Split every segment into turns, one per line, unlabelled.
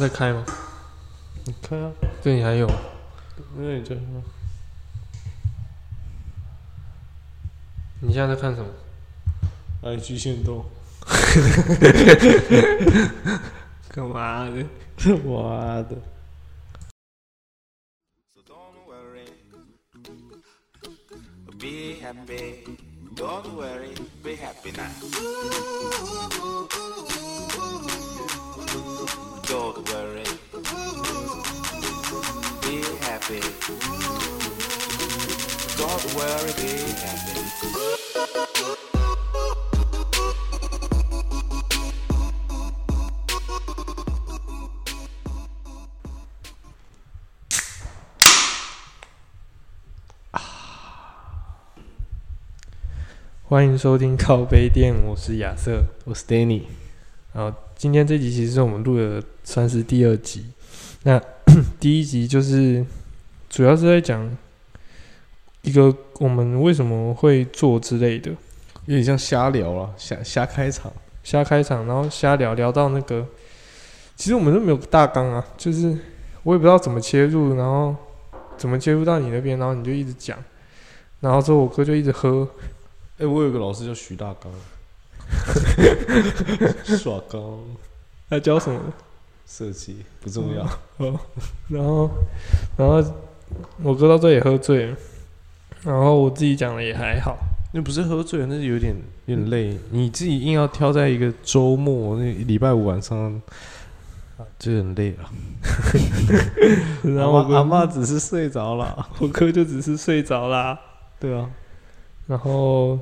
在开吗？
你看啊，
对你还有，
那你这
你现在在看什么？
IG 限 动，
干嘛 的？
我的，
So don't worry, be happy. Don't worry, be happy now. Don't worry, be happy. Don't worry, be happy.
欢迎收听靠杯店，我是亚瑟。
我是 Danny。
然后今天这集其实是我们录的算是第二集。那 第一集就是主要是在讲一个我们为什么会做之类的，
有点像瞎聊啊，瞎瞎开场。
瞎开场，然后瞎聊聊到那个，其实我们都没有大纲啊，就是我也不知道怎么切入，然后怎么切入到你那边，然后你就一直讲，然后之后我哥就一直喝，
哎、我有个老师叫徐大 刚，耍刚
他教什么？
设计不重要。
然后，然后我哥到这里喝醉了，然后我自己讲的也还好，
那不是喝醉了，那是有点有点累。你自己硬要挑在一个周末，那礼拜五晚上，啊就很累了。
然
然
后
后
我
阿
哥
妈只是睡着了。
我哥就只是睡着啦。
对啊，
然后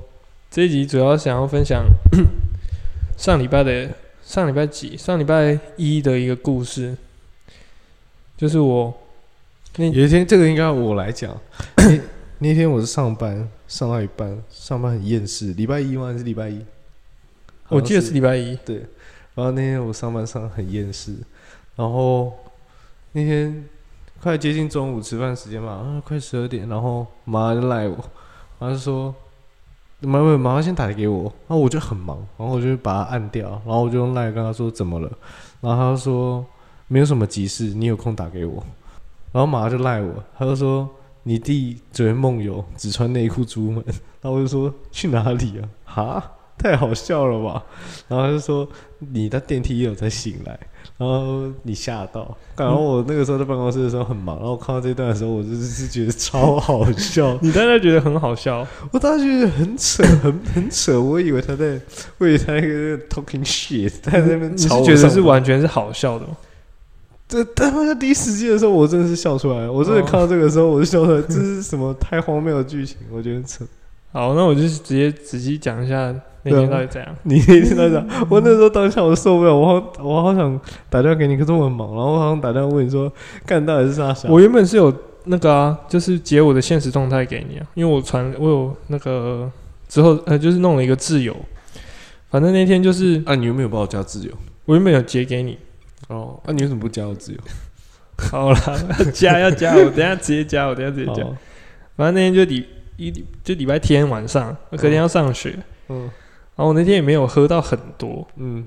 这一集主要想要分享 上礼拜的上礼拜几上礼拜一的一个故事，就是我
有一天，这个应该要我来讲。 那那天我是上班，上到一半，上班很厌世。礼拜一吗？还是礼拜一？
我记得是
好像
礼拜一，，
对。然后那天我上班上得很厌世，然后那天快接近中午吃饭时间嘛，啊，快十二点，然后妈就赖我，妈就说。妈妈，妈妈先打给我，然后我就很忙，然后我就把它按掉，然后我就用赖跟她说怎么了，然后她就说没有什么急事，你有空打给我。然后马上就赖我，他就说你弟昨天梦游，只穿内裤出门。然后我就说去哪里啊？哈，太好笑了吧？然后他就说你在电梯也有才醒来，然后你吓到。然后我那个时候在办公室的时候很忙，然后我看到这段的时候，我就是是觉得超好笑
你大概觉得很好笑，
我当时觉得很 扯，很很扯。我以为他在，我以为他那个 talking shit，他在那边
你是
吵我
觉得
上
是
班
完全是好笑的吗？
这但他第一时间的时候，我真的是笑出来了。我真的看到这个时候，我就笑出 来，这是什么太荒谬的剧情？我觉得扯。
好，那我就直接仔细讲一下那
对啊
天到底怎样。
你那天在讲，我那时候当下我受不了，我好我好想打电话给你，可是我很忙，然后我好想打电话问你说，干到底是啥小？
我原本是有那个啊，就是截我的现实动态给你啊，因为我传我有那个之后呃，就是弄了一个自由，反正那天就是
啊，你有没有把我加自由？
我原本有截给你，
哦，啊，你为什么不加我自由？
好啦，要加要加，我等一下直接加，我等一下直接加，
哦
反正那天就礼一就礼拜天晚上，隔天要上学，
嗯
然后我那天也没有喝到很多，
嗯，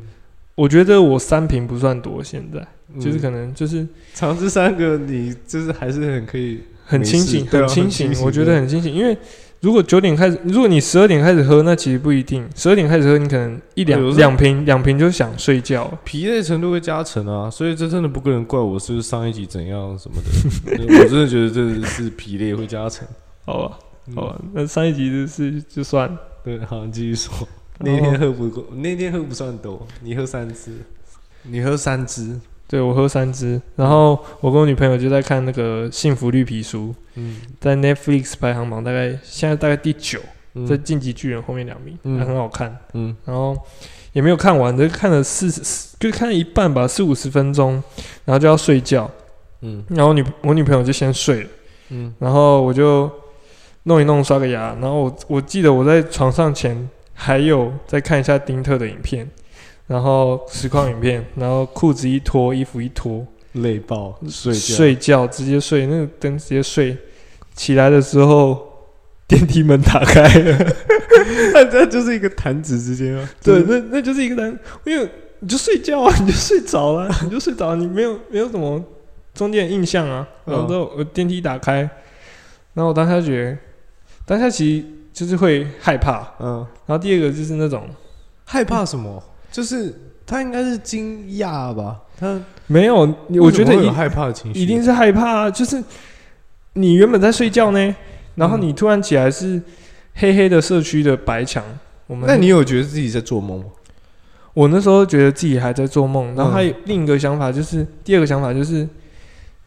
我觉得我三瓶不算多，现在
嗯
就是可能就是
长这三个，你就是还是很可以。
很清
没
醒，
事对啊
清
很清醒
我觉得很清醒。因为如果九点开始，如果你十二点开始喝，那其实不一定。十二点开始喝，你可能一两
哎有时候
两瓶，两瓶就想睡觉了。
疲累程度会加成啊，所以这真的不个人怪我是上一集怎样什么的， 我真的觉得这是疲累会加成。
好吧，
嗯
好吧，那上一集就是就算了
对，好，你继续 说。
然
那
后
天喝不够，那天喝不算多，你喝三支，你喝三支，
对我喝三支，然后我跟我女朋友就在看那个《幸福绿皮书
嗯，》，
在 Netflix 排行榜大概现在大概第九，在《
这，
晋级巨人》后面两名，
嗯
还很好看。
嗯，
然后也没有看完，就看了四十，就看了一半吧，四五十分钟，然后就要睡觉。
嗯，
然后我女我女朋友就先睡了，
嗯，
然后我就弄一弄刷个牙，然后我我记得我在床上前还有再看一下丁特的影片，然后实况影片，然后裤子一脱，衣服一脱，
累爆，睡觉，
睡觉直接睡，那个灯直接睡，起来的时候。电梯 门打开了，
那这就是一个弹指之间啊。
对，
就是
那那就是一个人，因为你就睡觉啊，你就睡着了、你就睡着，你没有没有什么中间的印象啊。
嗯
然后之后我电梯打开，然后我当下觉得，当下其实就是会害怕。
嗯，
然后第二个就是那种
害怕什么？就是他应该是惊讶吧？他
没有，你我觉得
为什么会有
一
害怕的情绪，
一定是害怕、啊，就是你原本在睡觉呢，然后
嗯
你突然起来是黑黑的社区的白墙。我们
那你有觉得自己在做梦吗？
我那时候觉得自己还在做梦，然后
嗯
还有另一个想法就是，第二个想法就是，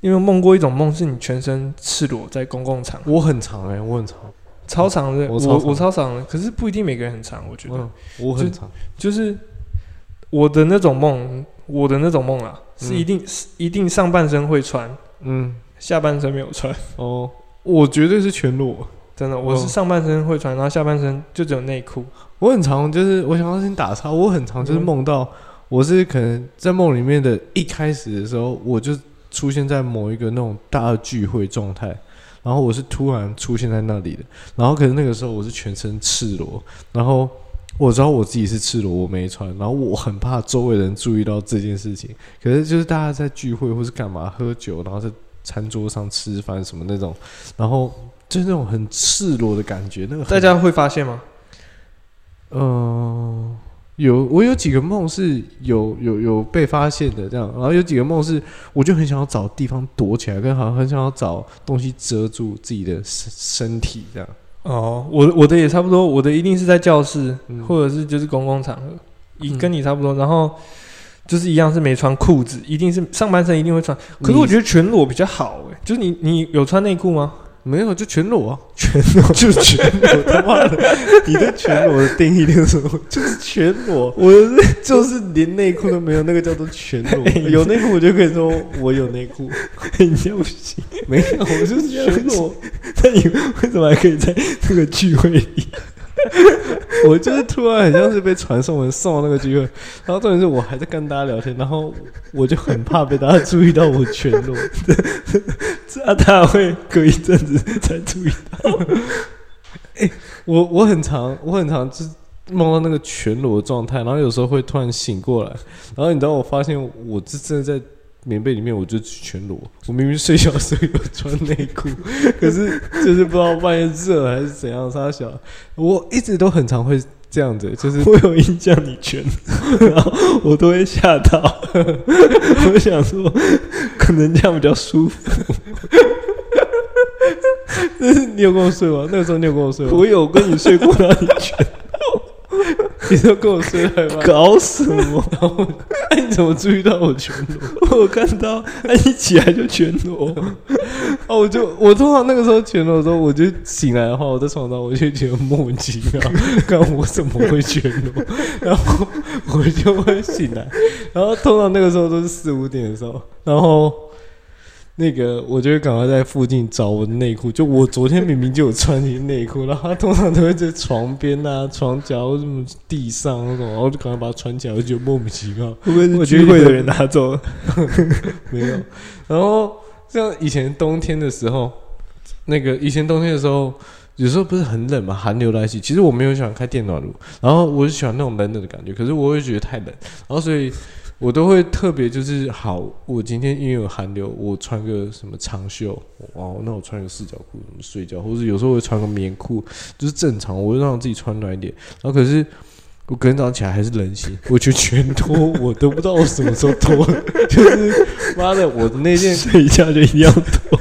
因为梦过一种梦，是你全身赤裸在公共场
我很长哎、我很长，
超长的，
我
我
超长
我超长的，可是不一定每个人很长，我觉得、
嗯，我很长，
就是我的那种梦，我的那种梦啊，是
嗯
一定、是一定上半身会穿，
嗯，
下半身没有穿，
哦，我绝对是全裸，
真的，我是
哦
上半身会穿，然后下半身就只有内裤，
我很长，就是我想要先打岔，我很长，就是梦到我是可能在梦里面的一开始的时候，我就出现在某一个那种大的聚会状态。然后我是突然出现在那里的，然后可是那个时候我是全身赤裸，然后我知道我自己是赤裸，我没穿，然后我很怕周围人注意到这件事情。可是就是大家在聚会或是干嘛喝酒，然后在餐桌上吃饭什么那种，然后就是那种很赤裸的感觉，那个很
大家会发现吗？
嗯，有我有几个梦是有有有被发现的这样，然后有几个梦是我就很想要找地方躲起来，跟好像很想要找东西遮住自己的身身体这样。
哦，我我的也差不多，我的一定是在教室、
嗯
或者是就是公共场合，一
嗯
跟你差不多，然后就是一样是没穿裤子，一定是上半身一定会穿，可是
你
我觉得全裸比较好哎、就是你你有穿内裤吗？
没有，就全裸啊， 全裸就全裸，他妈的，你对全裸的定义是什么？就是全裸，
我是
就是连内裤都没有，那个叫做全裸。
哎你
有内裤我就可以说我有内裤，
很不行，
没有，我就是全裸，
那你为什么还可以在这个聚会里？
我就是突然很像是被传送门送到那个聚会，然后重点是我还在跟大家聊天，然后我就很怕被大家注意到我全裸。
这啊，大家会隔一阵子才注意。
哎我我很常我很常就是梦到那个全裸的状态，然后有时候会突然醒过来，然后你知道我发现我这真的在棉被里面我就全裸，我明明睡觉的时候有穿内裤，可是就是不知道半夜热还是怎样，沙小，我一直都很常会这样子，就是
我有印象你全裸，然后我都会吓到。 我想说，可能这样比较舒服。
你有跟我睡吗？那个时候你有跟我睡吗？
我有跟你睡过，然后你全
你都跟我睡了吗？
搞什么？
然后， 哎，你怎么注意到我全裸？
我看到他一起来就全裸，
哦，我就我通常那个时候全裸的时候，我就醒来的话，我在床上我就觉得莫名其妙， 看我怎么会全裸，然后我就会醒来，然后通常那个时候都是四五点的时候，然后那个我就会赶快在附近找我的内裤，就我昨天明明就有穿你的内裤，然后他通常都会在床边啊、床角或什么地上那种，然后我就赶快把它穿起来，我就觉得莫名其妙。
会不会
我
是
觉
聚
得
会的人拿走了？
没有。然后像以前冬天的时候，那个以前冬天的时候，有时候不是很冷嘛，寒流来袭。其实我没有喜欢开电暖炉，然后我就喜欢那种冷冷的感觉，可是我会觉得太冷，然后所以我都会特别就是好，我今天因为有寒流，我穿个什么长袖，哦，那我穿个四角裤什么睡觉，或者有时候会穿个棉裤，就是正常，我会让自己穿暖一点。然后可是。我隔天早上起来还是冷醒，我就全脱，我都不知道我什么时候脱了， 就是妈的，我的那件
睡觉就一定要 脱。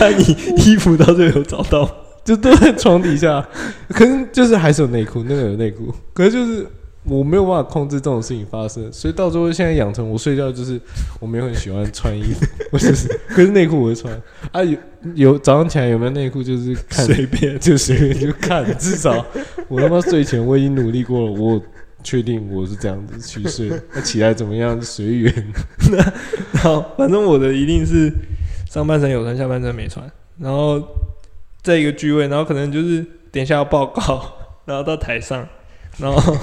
那你衣服到最后有找到吗？
就都在床底下， 可是就是还是有内裤，那个有内裤，可是就是我没有办法控制这种事情发生，所以到最后现在养成我睡觉就是我没有很喜欢穿衣服， 我就是可是内裤我会穿啊，有有早上起来有没有内裤就是看
随便。
就随便就看，至少我他妈睡前我已经努力过了，我确定我是这样子去睡， 那起来怎么样随缘，
好，反正我的一定是上半身有穿，下半身没穿。然后在一个聚会，然后可能就是等一下要报告，然后到台上，然后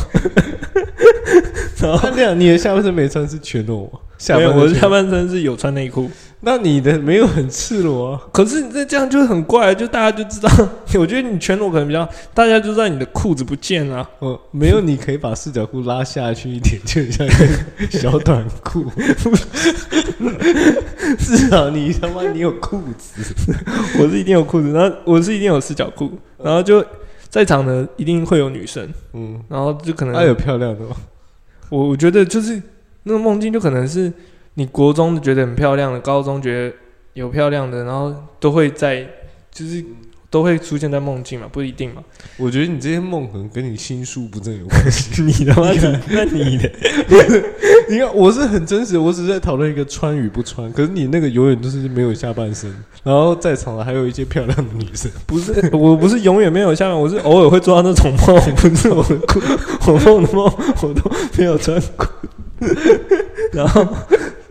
然后
啊那这样你的下半身没穿是全裸吗？下
没
半
哦有，
身
我的
全
下
裸
半身是有穿内裤，
那你的没有很赤裸、啊，
可是你这这样就很怪，就大家就知道，我觉得你全裸可能比较，大家就知道你的裤子不见了、
我哦没有，你可以把四角裤拉下去一点，就很像一个小短裤。 至少你他妈你有裤子，
我是一定有裤子，然后我是一定有四角裤，然后就在场的一定会有女生，
嗯，
然后就可能，
那、有漂亮的吗？
我我觉得就是那个梦境就可能是你国中觉得很漂亮的，高中觉得有漂亮的，然后都会在就是都会出现在梦境嘛，不一定嘛。
我觉得你这些梦可能跟你心术不正有关系。 你
他妈的，那你的
你看，我是很真实，我只是在讨论一个穿与不穿。可是你那个永远都是没有下半身，然后在场的还有一些漂亮的女生。
不是， 我不是永远没有下面，我是偶尔会做到那种梦，不是我的裤，我梦的梦我都没有穿裤，然后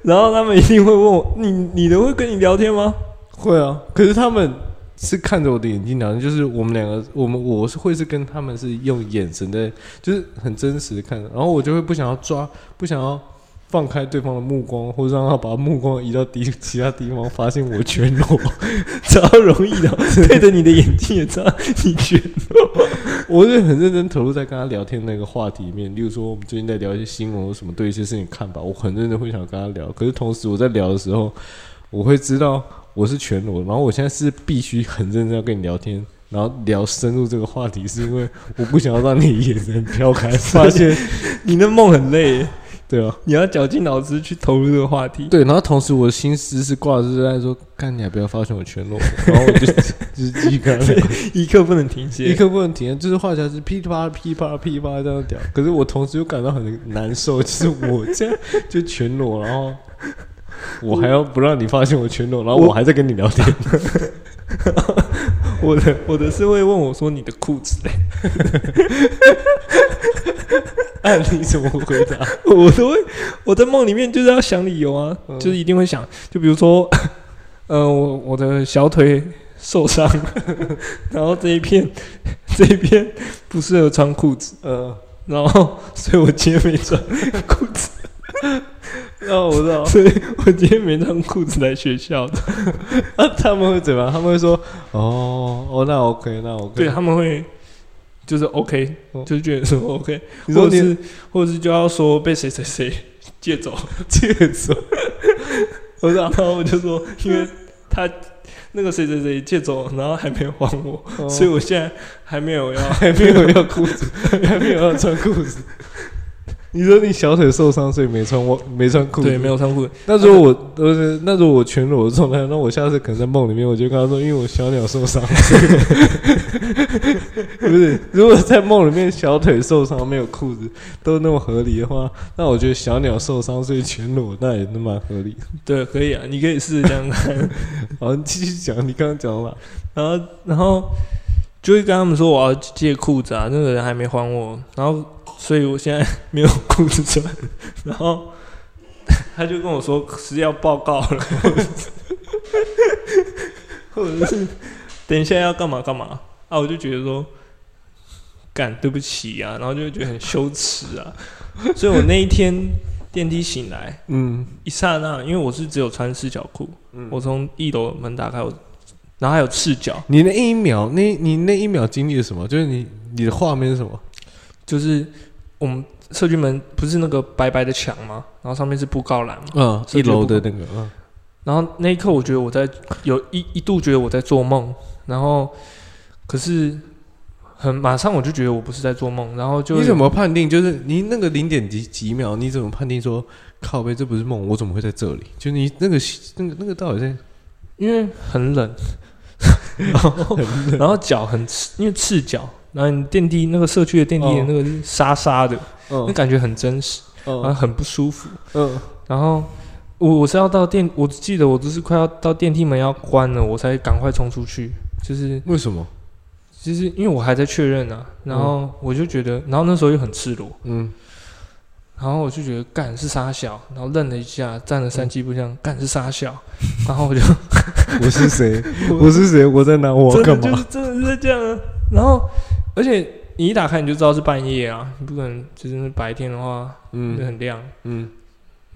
然后他们一定会问我，你你的会跟你聊天吗？
会啊，可是他们是看着我的眼睛聊天，就是我们两个，我们我是会是跟他们是用眼神在，就是很真实的看着，然后我就会不想要抓，不想要放开对方的目光，或者让他把目光移到地其他地方，发现我全裸，
超容易的， 对着你的眼睛也知道你觉
我是很认真投入在跟他聊天那个话题里面。例如说，我们最近在聊一些新闻或什么，对一些事情看法，我很认真会想跟他聊。可是同时我在聊的时候，我会知道我是全裸，然后我现在是必须很认真要跟你聊天，然后聊深入这个话题，是因为我不想要让你眼神飘开，发现
你那梦很累耶，
对啊，
你要绞尽脑汁去投入这个话题。
对。然后同时我的心思是挂着在说，干你还不要发现我全裸，然后我就 就是继续跟他聊。
一刻不能停
一
歇，
刻不能停，就是话匣子噼里啪啦、噼里啪啦、噼里啪啦这样屌。可是我同时又感到很难受，就是我这样就全裸，然后我还要不让你发现我全裸，然后我还在跟你聊 天。
我的我的是会问我说你的裤子嘞，
那你怎么回答？
我都会我在梦里面就是要想理由啊，
嗯
就是一定会想，就比如说， 呃，我我的小腿受伤， 然后这一片 这一片不适合穿裤子，
呃，
然后所以我今天没穿裤子。
那哦我知 道，
所以我今天没穿裤子来学校的。
那他们会怎么样？他们会说，哦，哦，那 OK，那 OK。
对，啊他们会就是 OK，、
哦
就是觉得说 OK，
你说
或者
你
是或者是就要说被谁谁 谁借走，
借走，
我 然后我就说，因为他那个谁谁谁借走，然后还没还我，
哦
所以我现在还没 有要。
还没有要裤子，还没有要穿裤子。你说你小腿受伤，所以没穿我没穿裤子，
对，没有穿裤子，
那如果我呃，那如果我全裸的状态，那我下次可能在梦里面，我就跟他说，因为我小鸟受伤， 不是？ 如果在梦里面小腿受伤没有裤子都那么合理的话，那我觉得小鸟受伤所以全裸那也那蛮合理的。
对，可以啊，你可以试试这样看。
好，你继续讲，你刚刚讲了吧，
然后然后就会跟他们说我要借裤子啊，那个人还没还我，然后所以我现在没有裤子穿，然后 他就跟我说是要报告了， 或者是或者是等一下要干嘛干嘛啊，我就觉得说干对不起啊，然后就觉得很羞耻啊，所以我那一天电梯醒来，
嗯
一刹那，因为我是只有穿四角裤，
嗯
我从一楼门打开，我然后还有赤脚，
你那一秒，那你那一秒经历了什么？就是你你的画面是什么？
就是我们社区门不是那个白白的墙吗？然后上面是布告栏嘛。
嗯，
是
一楼的
觉
那个，嗯
然后那一刻，我觉得我在有一一度觉得我在做梦，然后可是很马上我就觉得我不是在做梦，然后就
你怎么判定？就是你那个零点几几秒，你怎么判定说靠背这不是梦？我怎么会在这里？就你那个那个那个到底 在？
因为很冷， 然
哦
后然后脚很赤，因为赤脚，然后你电梯那个社区的电梯的
哦
那个沙沙的，那
嗯
感觉很真实，然后
嗯
很不舒服。
嗯
然后我我是要到电，我记得我就是快要到电梯门要关了，我才赶快冲出去。就是
为什么？
就是因为我还在确认啊，然后我就觉得，然后那时候又很赤裸，
嗯，
然后我就觉得干是傻小，然后愣了一下，站了三
嗯
七步，这样干是傻小，然后我就
我是谁？我是谁？我在哪？ 我
真
要
的
干
就
嘛
是？真的是这样啊。然后而且你一打开你就知道是半夜啊，你不可能就是白天的话
嗯
就很亮，
嗯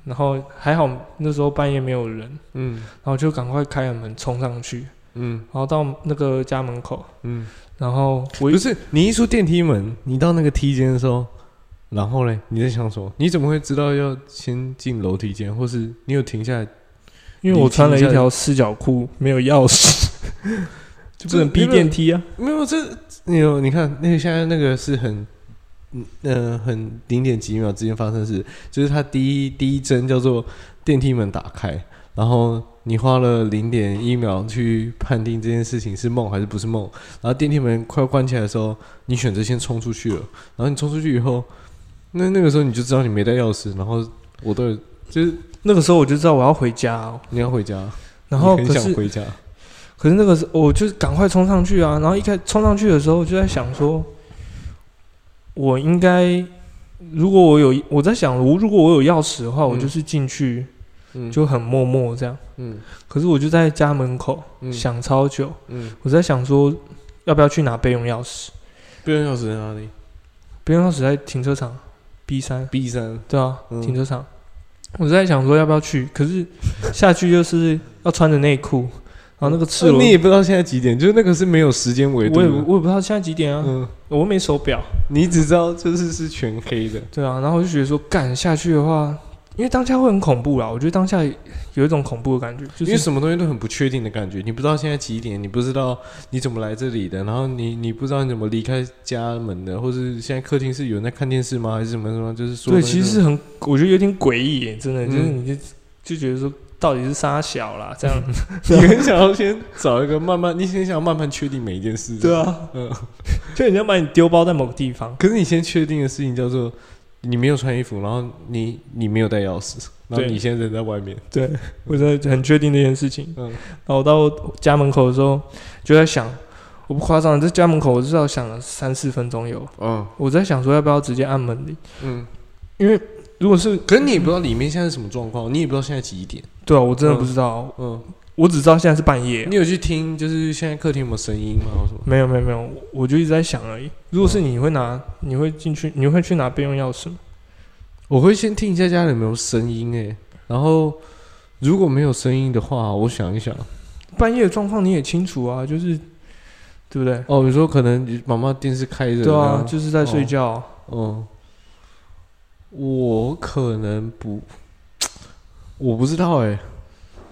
然后还好那时候半夜没有人，
嗯
然后就赶快开了门冲上去，
嗯
然后到那个家门口，
嗯，
然后我
不
一
是你一出电梯门，你到那个梯间的时候，然后嘞，你在想什么？你怎么会知道要先进楼梯间，或是你有停下来？
因为我穿了一条四角裤，没有钥匙， 就不能逼电梯啊。
没有，这你有你看那个现在那个是很，嗯呃，很零点几秒之间发生的事，就是它第一第一帧叫做电梯门打开，然后你花了零点一秒去判定这件事情是梦还是不是梦，然后电梯门快要关起来的时候，你选择先冲出去了，然后你冲出去以后，那那个时候你就知道你没带钥匙，然后我都有就是
那个时候我就知道我要回家、哦，
你要回家，
然后
你
可
很想
是
回家，
可是那个时候我就赶快冲上去啊，然后一开始冲上去的时候，我就在想说，我应该如果我有我在想，如果我有钥匙的话，我就是进去
嗯
就很默默这样。
嗯
可是我就在家门口
嗯
想超久，
嗯，
我在想说要不要去拿备用钥匙，
备用钥匙在哪里
备用钥匙在停车场 B 三，
？B 三，
对啊，
嗯
停车场。我在想说要不要去，可 是下去就是要穿着内裤，然嗯后那个赤
呃
裸，
你也不知道现在几点，就是那个是没有时间维度
我也
的。
我也不知道现在几点啊，
嗯，
我又没手表，
你只知道就是是全黑的，
对啊，然后我就觉得说干下去的话，因为当下会很恐怖啦，我觉得当下有一种恐怖的感觉，就
因为
是
什么东西都很不确定的感觉，你不知道现在几点，你不知道你怎么来这里的，然后你你不知道你怎么离开家门的，或是现在客厅是有人在看电视吗，还是什么什么，就是说
对，其实是很我觉得有点诡异耶，真的，
嗯
就是你就就觉得说到底是杀小啦， 这样，
你很想要先找一个慢慢，你先想要慢慢确定每一件事，
对啊，
嗯，
就人家把你丢包在某个地方，
可是你先确定的事情叫做你没有穿衣服，然后你你没有带钥匙，然后
对
你现在人在外面，
对我真的很确定这件事情。
嗯
然后我到家门口的时候，就在想，我不夸张，这家门口我至少想了三四分钟有。
嗯
我在想说要不要直接按门铃，
嗯，
因为如果是
可是你也不知道里面现在是什么状况，你也不知道现在几点，
对啊，我真的
嗯
不知道，
嗯。
我只知道现在是半夜啊、
你有去听，就是现在客厅有没有声音吗？或什么？
没有没有没有，我我就一直在想而已。如果是你会拿，你会进去，你会去拿备用钥匙吗？
我会先听一下家里有没有声音诶、然后如果没有声音的话，我想一想。
半夜的状况你也清楚啊，就是对不对？
哦，你说可能妈妈电视开着，
对
然
啊，
后
就是在睡觉啊、
嗯，我可能不，我不知道诶、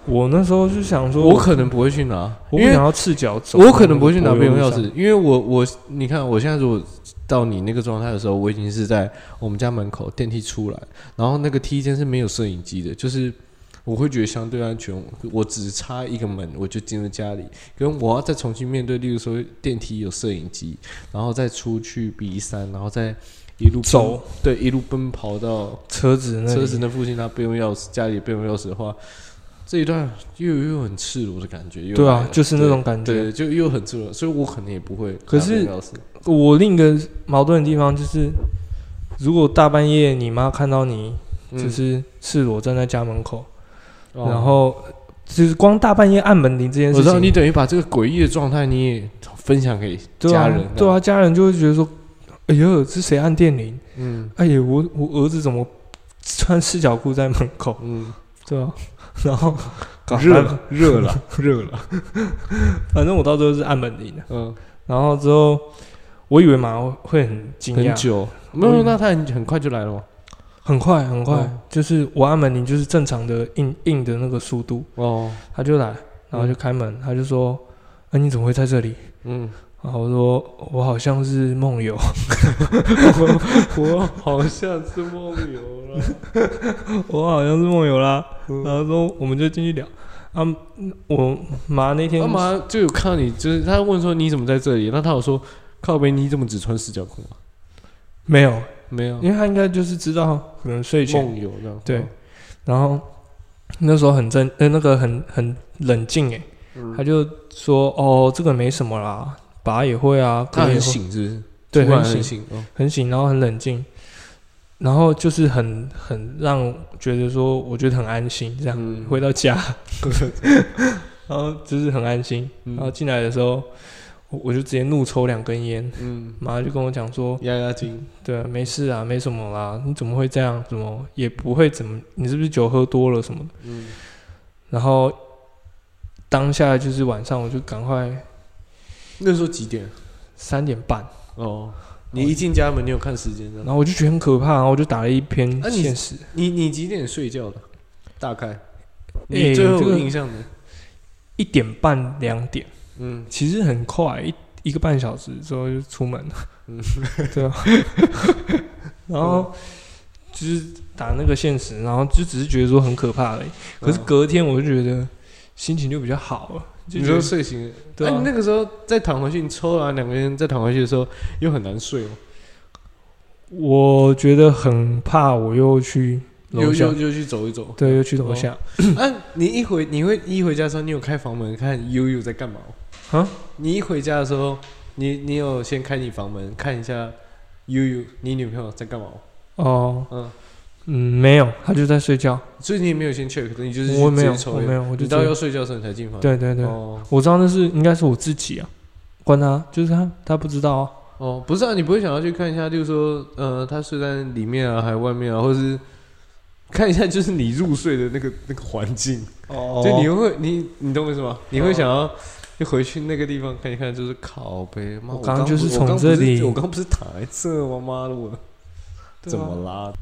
我那时候就想说，
我可能不会去拿，
我
因
不
为
想要赤脚走，
我可能不会去拿备用钥
上
匙，因为我我你看我现在如果到你那个状态的时候，我已经是在我们家门口电梯出来，然后那个梯间是没有摄影机的，就是我会觉得相对安全，我只差一个门我就进入家里，跟我要再重新面对，例如说电梯有摄影机，然后再出去 B 三，然后再一路奔
走，
对，一路奔跑到
车子那里
车子那附近，他备用钥匙，家里备用钥匙的话。这一段又又很赤裸的感觉，又
对
来
啊
了，
就是那
对
种感觉。
对，就又很自然，所以我可能也不会。
可是
钥匙，
我另一个矛盾的地方就是，如果大半夜你妈看到你就
嗯，
是赤裸站在家门口，
哦
然后就是光大半夜按门铃这件
我
事
知
情，
道你等于把这个诡异的状态你也分享给
对
家
啊
人，
对啊，，家人就会觉得说，哎呦，是谁按电铃？
嗯
哎呀，我我儿子怎么穿四角裤在门口？
嗯，
对啊，然后搞
热 热了热了，
反正我到最后是按门铃的，
嗯，
然后之后我以为妈会很惊
很
讶，
久，没有，那他很很快就来了吗？
很快很快，
嗯
就是我按门铃就是正常的硬硬的那个速度，
哦，
他就来，然后就开门，他就说：“哎、你怎么会在这里
嗯，？”
然后我说：“我好像是梦游。
我好像是 梦游了，”
我好像是梦游啦。
嗯
然后说我们就进去聊。啊，嗯我妈那天
干嘛就有看到你，就是他问说你怎么在这里，那他有说靠北你怎么只穿四角裤吗？
没有，
没有，
因为她应该就是知道可能睡前，
梦游这样，哦
对然后那时候很正，呃，那个很很冷静诶，
嗯，
她就说：“哦，这个没什么啦，拔也会啊，
他
割也
很
会，
醒是不是？
对，
突然
很醒，
很醒，哦
很醒，然后很冷静，然后就是很很让我觉得说，我觉得很安心，这样、
嗯
回到家，然后就是很安心。
嗯
然后进来的时候，我我就直接怒抽两根烟，
嗯，
妈就跟我讲说，
压压惊，
对啊，没事啊，没什么啦，你怎么会这样？怎么也不会怎么？你是不是酒喝多了什么的？
嗯，
然后当下就是晚上，我就赶快
那时候几点？
三点半，
哦，你一进家门，你有看时间
然
的？
后我就觉得很可怕，然后我就打了一篇
啊你
现实，
你你几点睡觉的？大概？
欸
你最后
这
有
个
印象的？
一点半两点，
嗯，
其实很快，一一个半小时之后就出门了，
嗯
对 啊，然后就是打那个现实，然后就只是觉得说很可怕而已。可是
嗯
隔天我就觉得心情就比较好了，就
你
觉
说
得
睡醒了，
对
哎
啊
你那个时候再躺回去，你抽完两个人再躺回去的时候，又很难睡哦吗？
我觉得很怕，我又去楼
又
下
又，又去走一 走。
对，又去楼下，
啊，你一回你会一回家的时候，你有开房门看悠悠在干嘛吗？
啊，
你一回家的时候，你你有先开你房门看一下悠悠你女朋友在干嘛吗？
哦，
嗯，
嗯，没有，他就在睡觉，
所以你也没有先 check，你就是
我
直
没有
接，抽
我
烟
没有，我就
你到
直接
要睡觉的时候你才进房。，
对对对，
哦
我知道那是应该是我自己啊，关他，就是他，他不知道啊，
哦，不是啊，你不会想要去看一下，就是说，呃，他睡在里面啊，还是外面啊，或是看一下就是你入睡的那个那个环境，
哦
就你会你你懂我意思吗？你会想要就回去那个地方看一看，就是靠呗，妈，
我
我
刚
刚
就是
不
从
我刚不
这
是
里
我刚不是躺在这吗？妈的，我怎么啦？
啊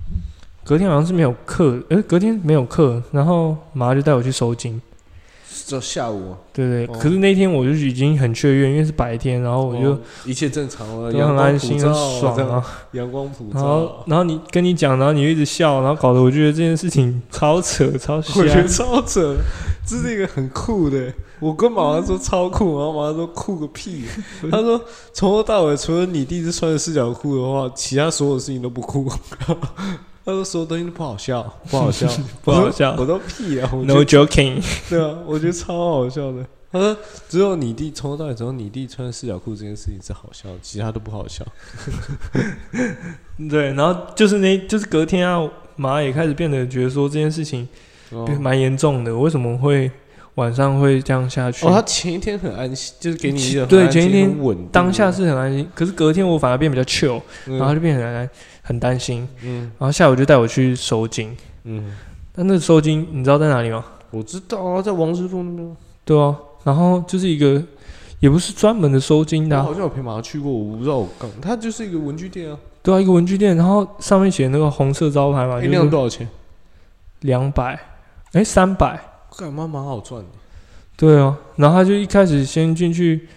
隔天好像是没有课，呃，隔天没有课，然后妈就带我去收金，
这下午啊
对对。
哦
可是那天我就已经很雀跃，因为是白天，然后我就
哦一切正常了，
都
阳
很
光
安
普
心、
照
很爽
这样啊
啊。
阳光普
然后
照，，
然后你跟你讲，然后你又一直笑，然后搞得我觉得这件事情超扯、超瞎，
我。觉得超扯，这是一个很酷的。我跟妈妈说超酷，然后妈妈说酷个 屁。她说从头到尾，除了你第一次穿着四角裤的话，其他所有事情都不酷。 她说所有东西都不好笑，不好笑
不好笑
我说我都屁啊！我觉
No
得
joking，
对啊，我觉得超好笑的。她说只有你弟从头到尾，只有你弟穿四角裤这件事情是好笑的，其他都不好笑。
对。然后就是那，就是隔天啊，妈也开始变得觉得说这件事情
哦
变蛮严重的，为什么会晚上会这样下去？
哦，他前一天很安心，就是给你一个
对
很安心
前一天
很稳定的
当下是很安心，可是隔天我反而变比较 chill，
嗯
然后就变得很很担心。
嗯
然后下午就带我去收金，
嗯，
但那个收金你知道在哪里吗？
我知道啊，在王师傅那边。
对啊，然后就是一个也不是专门的收金的
我
啊、
好像有陪妈妈去过，我不知道我刚，它就是一个文具店啊，
对啊，一个文具店，然后上面写那个红色招牌嘛，
哎
啊就
那样
是
多少钱？
两百，哎三百，
干嘛蛮好赚的。
对哦、然后他就一开始先进去，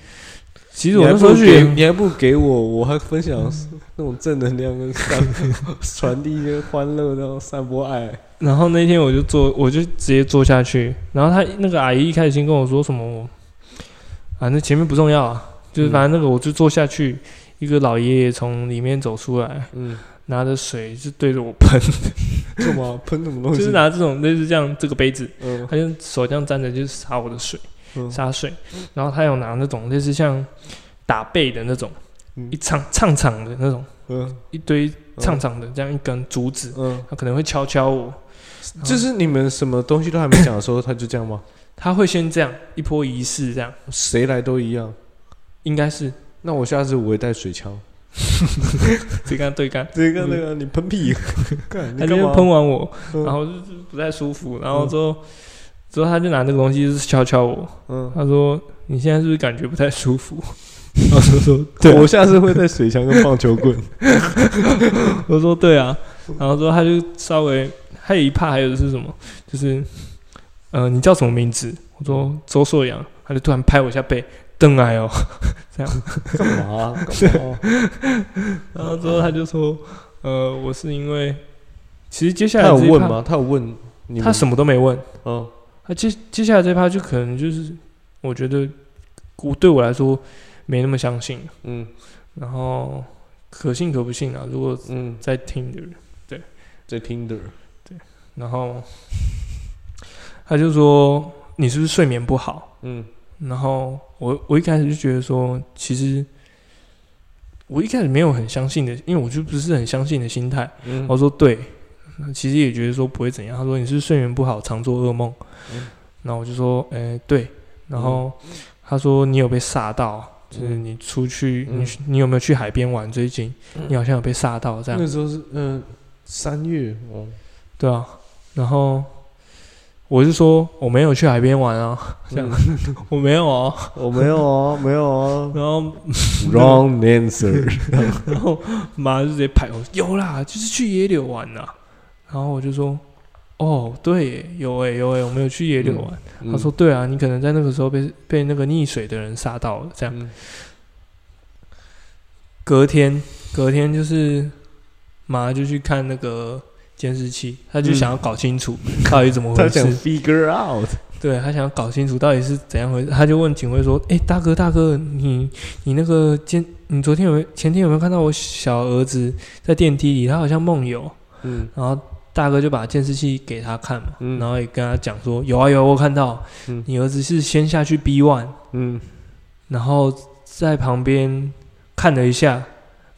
其
其
实我那时候去也
你还不给我，我还分享那种正能量跟散 传递一些欢乐，然后散播爱。
然后那天我就坐，我就直接坐下去。然后他那个阿姨一开始先跟我说什么，我反正前面不重要啊，就是
嗯
反正那个我就坐下去，一个老爷爷从里面走出来，
嗯，
拿着水就对着我喷，
干嘛喷什么东
就
西？
是拿这种类似这样这个杯子，
嗯
他就手这样沾着就是洒我的水，
嗯
洒水。然后他有拿那种类似像打背的那种，
嗯
一长长长的那种，
嗯
一堆长长的这样一根竹子，
嗯，
他可能会敲敲我，
就是你们什么东西都还没讲的时候，他就这样吗？
他会先这样一波仪式这样。
谁来都一样。
应该 是
那我下次我会带水枪。，
直接跟他对干
这个那个，你喷屁，干
他
你
就
干嘛？
喷完我，
嗯
然后就是不太舒服，然后之后之后他就拿那个东西就是敲敲我，
嗯，
他说你现在是不是感觉不太舒服？然后我就说 对啊、
我下次会带水枪跟棒球 棍。
我说对啊，然后之后他就稍微还有一怕还有是什么，就是呃你叫什么名字？我说周硕阳，他就突然拍我一下背，邓来哦，
干嘛？
啊
干嘛？
然后之后他就说呃我是因为其实接下
他
来
有
这一
问
趴？
吗？他有问你
他什么都没问。
么？哦，
那接接下来这一趴就可能就是，我觉得我对我来说没那么相信，
嗯
然后可信可不信啊。如果
嗯，
在听的人，
在 Tinder，
然后他就说你是不是睡眠不好？
嗯
然后我我一开始就觉得说，其实我一开始没有很相信的，因为我就不是很相信的心态。
嗯
我，说对，那其实也觉得说不会怎样。他说你是睡眠不好，常做噩梦。
嗯
然后我就说，哎、对。然后他说你有被吓到，就是你出去，
嗯
你你有没有去海边玩？最近你好像有被吓到这样
那，时候是嗯三月哦，
对啊。然后我是说我没有去海边玩啊，这样、
嗯
我没有哦。
我没有 哦，没有哦
然后
，wrong answer，
然后妈就直接拍我，有啦，就是去野柳玩呐、然后我就说，哦，对耶，有诶有诶，我们有去野柳玩。
嗯
他说，对啊，你可能在那个时候被被那个溺水的人杀到了，这样。
嗯
隔天，隔天就是妈就去看那个监视器，他就想要搞清楚到底怎么
嗯他
回
想
事，
figure out，
对他想要搞清楚到底是怎样回事，他就问警卫说：“哎、大哥大哥，你你那个监，你昨天有没有前天有没有看到我小儿子在电梯里，他好像梦游？”
嗯
然后大哥就把监视器给他看嘛，
嗯
然后也跟他讲说：“有啊有啊，我看到、
嗯
你儿子是先下去 B one，
嗯
然后在旁边看了一下，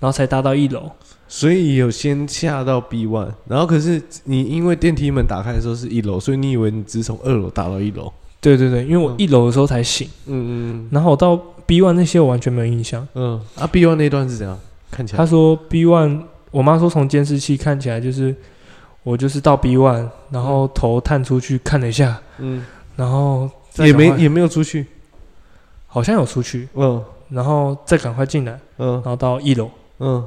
然后才搭到一楼。”
所以有先下到 B one，然后可是你因为电梯门打开的时候是一楼，所以你以为你只从二楼打到一楼。
对对对，因为我
嗯
一楼的时候才醒，
嗯嗯
然后我到 B one 那些我完全没有印象。
嗯。啊，B one 那段是怎样？看起来
他说 B one，我妈说从监视器看起来就是我就是到 B one，然后头探出去看了一下，
嗯
然后再
也没
赶快
也没有出去。
好像有出去，
嗯
然后再赶快进来，
嗯
然后到一楼，
嗯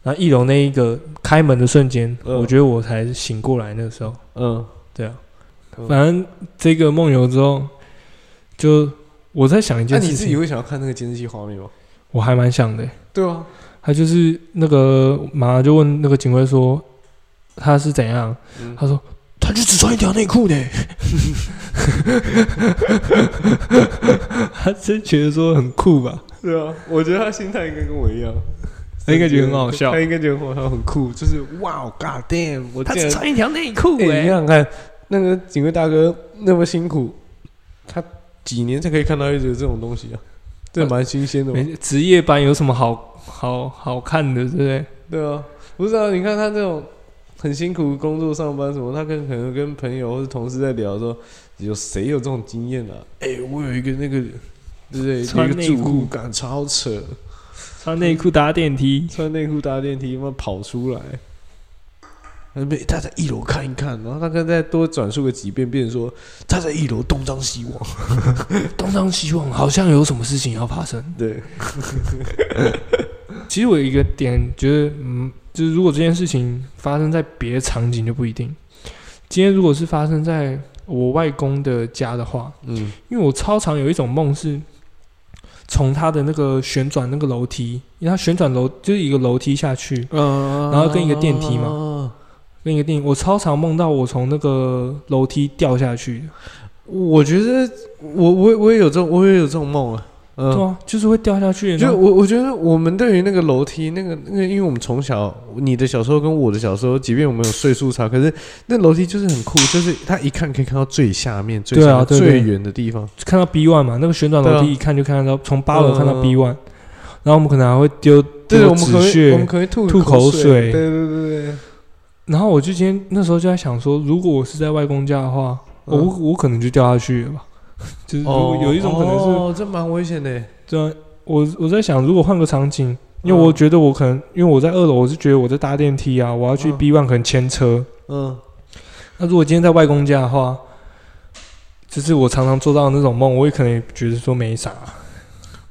然后一楼那一个开门的瞬间，
嗯
我觉得我才醒过来。那个时候，
嗯
对啊，
嗯
反正这个梦游之后，就我在想一
那
件
你
事
自己
情，
会想要看那个监视器画面吗？
我还蛮想的、
对啊，
他就是那个马上就问那个警卫说他是怎样，
嗯
他说他就只穿一条内裤呢，他真觉得说很酷吧？
对啊，我觉得他心态应该跟我一样，
他应该觉得很好笑
他应该觉得很好笑，很酷，就是哇，God 哦 damn，我竟然
穿一条内裤欸
哎、你想想看，那个警卫大哥那么辛苦，他几年才可以看到一直这种东西啊？这蛮新鲜的嘛。
没职业班有什么好好好看的，对不对？
对啊，不是啊，你看他这种很辛苦工作上班什么，他跟可能跟朋友或是同事在聊说，有谁有这种经验啊？哎、我有一个那个，对不对？有
穿
一个住
内
户
裤
感超扯，
穿内裤搭电梯，
穿内裤搭电梯，他妈跑出来。他被他在一楼看一看，然后大概再多转述个几遍，变成说他在一楼东张西望。
东张西望，好像有什么事情要发生。
对，
其实我有一个点觉得，嗯，就是如果这件事情发生在别的场景就不一定。今天如果是发生在我外公的家的话，
嗯
因为我超常有一种梦是，从他的那个旋转那个楼梯，因为他旋转楼就是一个楼梯下去，
嗯
啊然后跟一个电梯嘛。那个电影，我超常梦到我从那个楼梯掉下去的，
我觉得我我也我也有这种我也有这种梦啊。嗯，
对啊，就是会掉下去的那
就
种。
我我觉得我们对于那个楼梯，那个那个，因为我们从小你的小时候跟我的小时候，即便我们有岁数差，可是那楼梯就是很酷，就是它一看可以看到最下面、最
对
下
啊
面
对
最
对
远的地方。
看到 B one 嘛，那个旋转楼
对
梯
啊
一看就看得到，从八楼看到
嗯
B one，、然后我们可能还会丢
对，
丢
我们可
纸
能我们
屑。
可能会吐
吐口
水。
水
对对对对，
然后我就今天那时候就在想说，如果我是在外公家的话，
嗯
我我可能就掉下去了吧。 就是如果有一种可能是，
哦，这蛮危险的。
对啊，我我在想，如果换个场景，因为
嗯
我觉得我可能，因为我在二楼，我是觉得我在搭电梯啊，我要去
嗯
B one 可能牵车。
嗯
那如果今天在外公家的话，就是我常常做到的那种梦，我也可能也觉得说没啥。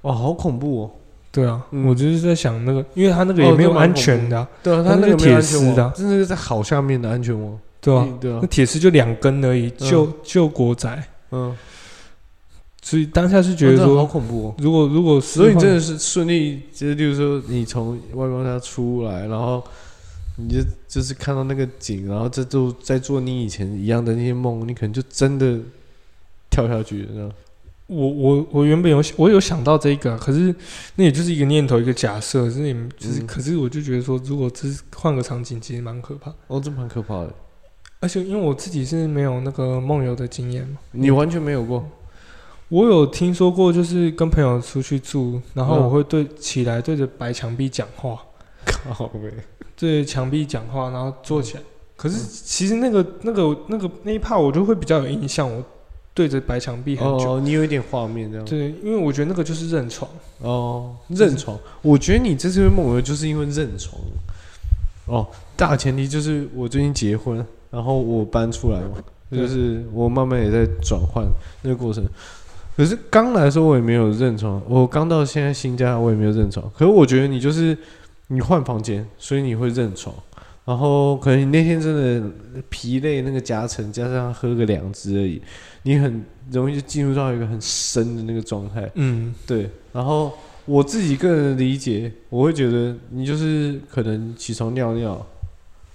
哇，好恐怖哦！
对啊，
嗯
我就是在想那个，因为他那个也
哦
没有
这蛮
安全的啊、
对啊，
它
它
那
那
个
个没有安
铁
全
丝的啊
网，真的是在好下面的安全网。
对啊，
对啊
那，铁丝就两根而已，救、救国仔，
嗯，
所以当下是觉得
哇真的好
说，
恐怖哦。
如果如果是
所以你
换
真的是顺利，就是例如说你从外观家出来，然后你就就是看到那个景，然后再做再做你以前一样的那些梦，你可能就真的跳下去了这样。
我我我原本有想我有想到这个啊、可是那也就是一个念头一个假设，是你就是、
嗯
可是我就觉得说，如果只是换个场景，其实蛮可怕。
哦，这蛮可怕的，
而且因为我自己是没有那个梦游的经验嘛，
你完全没有过。
我有听说过，就是跟朋友出去住，然后
嗯
我会对起来对着白墙壁讲话，
靠呗，
对着墙壁讲话，然后坐起来。可是其实那个那个那个那一趴，我就会比较有印象。我对着白墙壁 很久。
哦，你有一点画面 这样。
对，因为我觉得那个就是认床，
哦，认床，我觉得你这次会梦游就是因为认床。哦，大前提就是我最近结婚，然后我搬出来嘛，
对
就是我慢慢也在转换那个过程。可是刚来的时候我也没有认床，我刚到现在新家我也没有认床。可是我觉得你就是你换房间，所以你会认床。然后可能你那天真的疲累，那个夹层加上喝个两支而已，你很容易就进入到一个很深的那个状态。
嗯，
对，然后我自己个人理解，我会觉得你就是可能起床尿尿，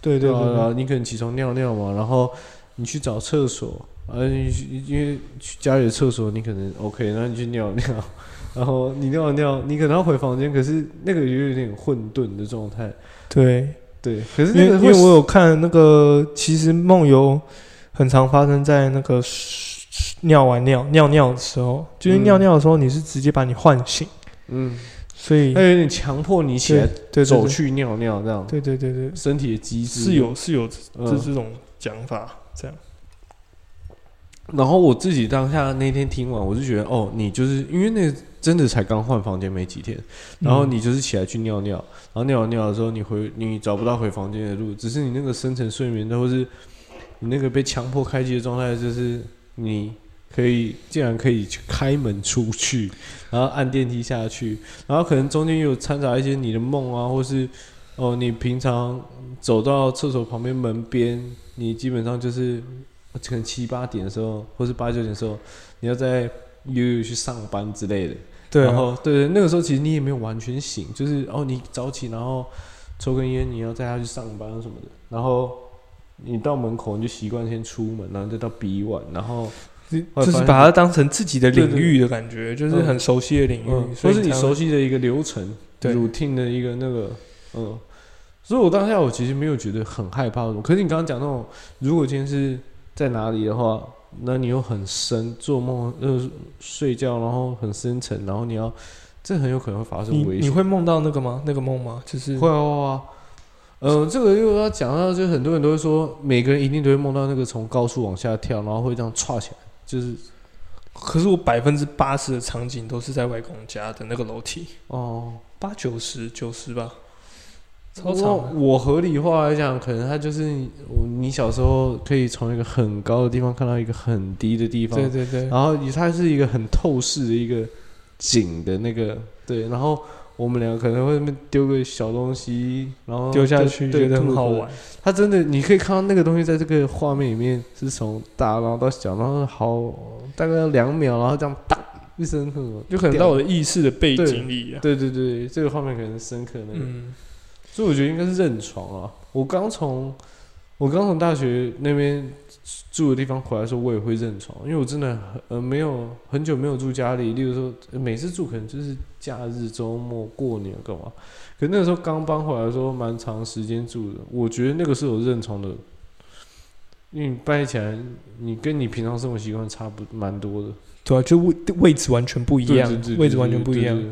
对对
对啊，
对
然
对
后你可能起床尿尿嘛，然后你去找厕所，呃，你去因为去家里的厕所你可能 OK，然后你去尿尿， 然后你尿完尿，你可能要回房间，可是那个也有点混沌的状态，
对，
对，可是
因
那
为
个
因
会
为我有看那个，其实梦游很常发生在那个嘘嘘尿完尿尿尿的时候，就是
嗯
尿尿的时候你是直接把你唤醒，
嗯，
所以
它有点强迫你起来
对对
走
对
去尿尿这样，
对对对对，
身体的机制
是有是有
嗯
这这种讲法，这样
然后我自己当下那天听完，我就觉得哦，你就是因为那个真的才刚换房间没几天，然后你就是起来去尿尿，然后尿完尿的时候，你回你找不到回房间的路，只是你那个深层睡眠的，或是你那个被强迫开机的状态，就是你可以竟然可以去开门出去，然后按电梯下去，然后可能中间有掺杂一些你的梦啊，或是哦你平常走到厕所旁边门边，你基本上就是可能七八点的时候，或是八九点的时候，你要在悠悠去上班之类的。
对
然
啊，
后对对，那个时候其实你也没有完全醒，就是哦，你早起然后抽根烟，你要带他去上班什么的，然后你到门口你就习惯先出门，然后再到 B one，然后
就
后
是
来
把它当成自己的
对
领
对
域的感觉，就是
嗯
很熟悉的领
嗯
域，，所
或
以
是你
才会
熟悉的一个流程
对
，routine 的一个那个嗯，所以我当下我其实没有觉得很害怕什么，可是你刚刚讲那种，如果今天是在哪里的话。那你又很深，做梦呃睡觉，然后很深沉，然后你要，这很有可能会发
你
生危
你
险。
会梦到那个吗？那个梦吗？就是
会啊会啊，呃，这个又要讲到，就是很多人都会说，每个人一定都会梦到那个从高处往下跳，然后会这样歘起来，就是
可是我百分之八十的场景都是在外公家的那个楼梯，
哦，
八九十九十吧，超
我
长啊的。
我合理化来讲，可能它就是你我你小时候可以从一个很高的地方看到一个很低的地方，
对对对，
然后也它是一个很透视的一个景的那个对，然后我们两个可能会在那边丢个小东西，然后
丢下去
对
觉得
吐
很
了
好
口水
玩。
它真的，你可以看到那个东西在这个画面里面是从大然后到小，然后好大概两秒，然后这样当一声，
就可能
掉
到我的意识的背景里啊。
对对对，这个画面可能深刻那个，
嗯，
所以我觉得应该是认床啊。我刚从我刚从大学那边住的地方回来的时候，我也会认床，因为我真的很呃没有很久没有住家里，例如说呃每次住可能就是假日、周末、过年干嘛。可那个时候刚搬回来的时候，蛮长时间住的，我觉得那个是有认床的，因为你搬起来，你跟你平常生活习惯差不蛮多的，
对啊，就位位置完全不一样
对对对，
位置完全不一
对对
样，
对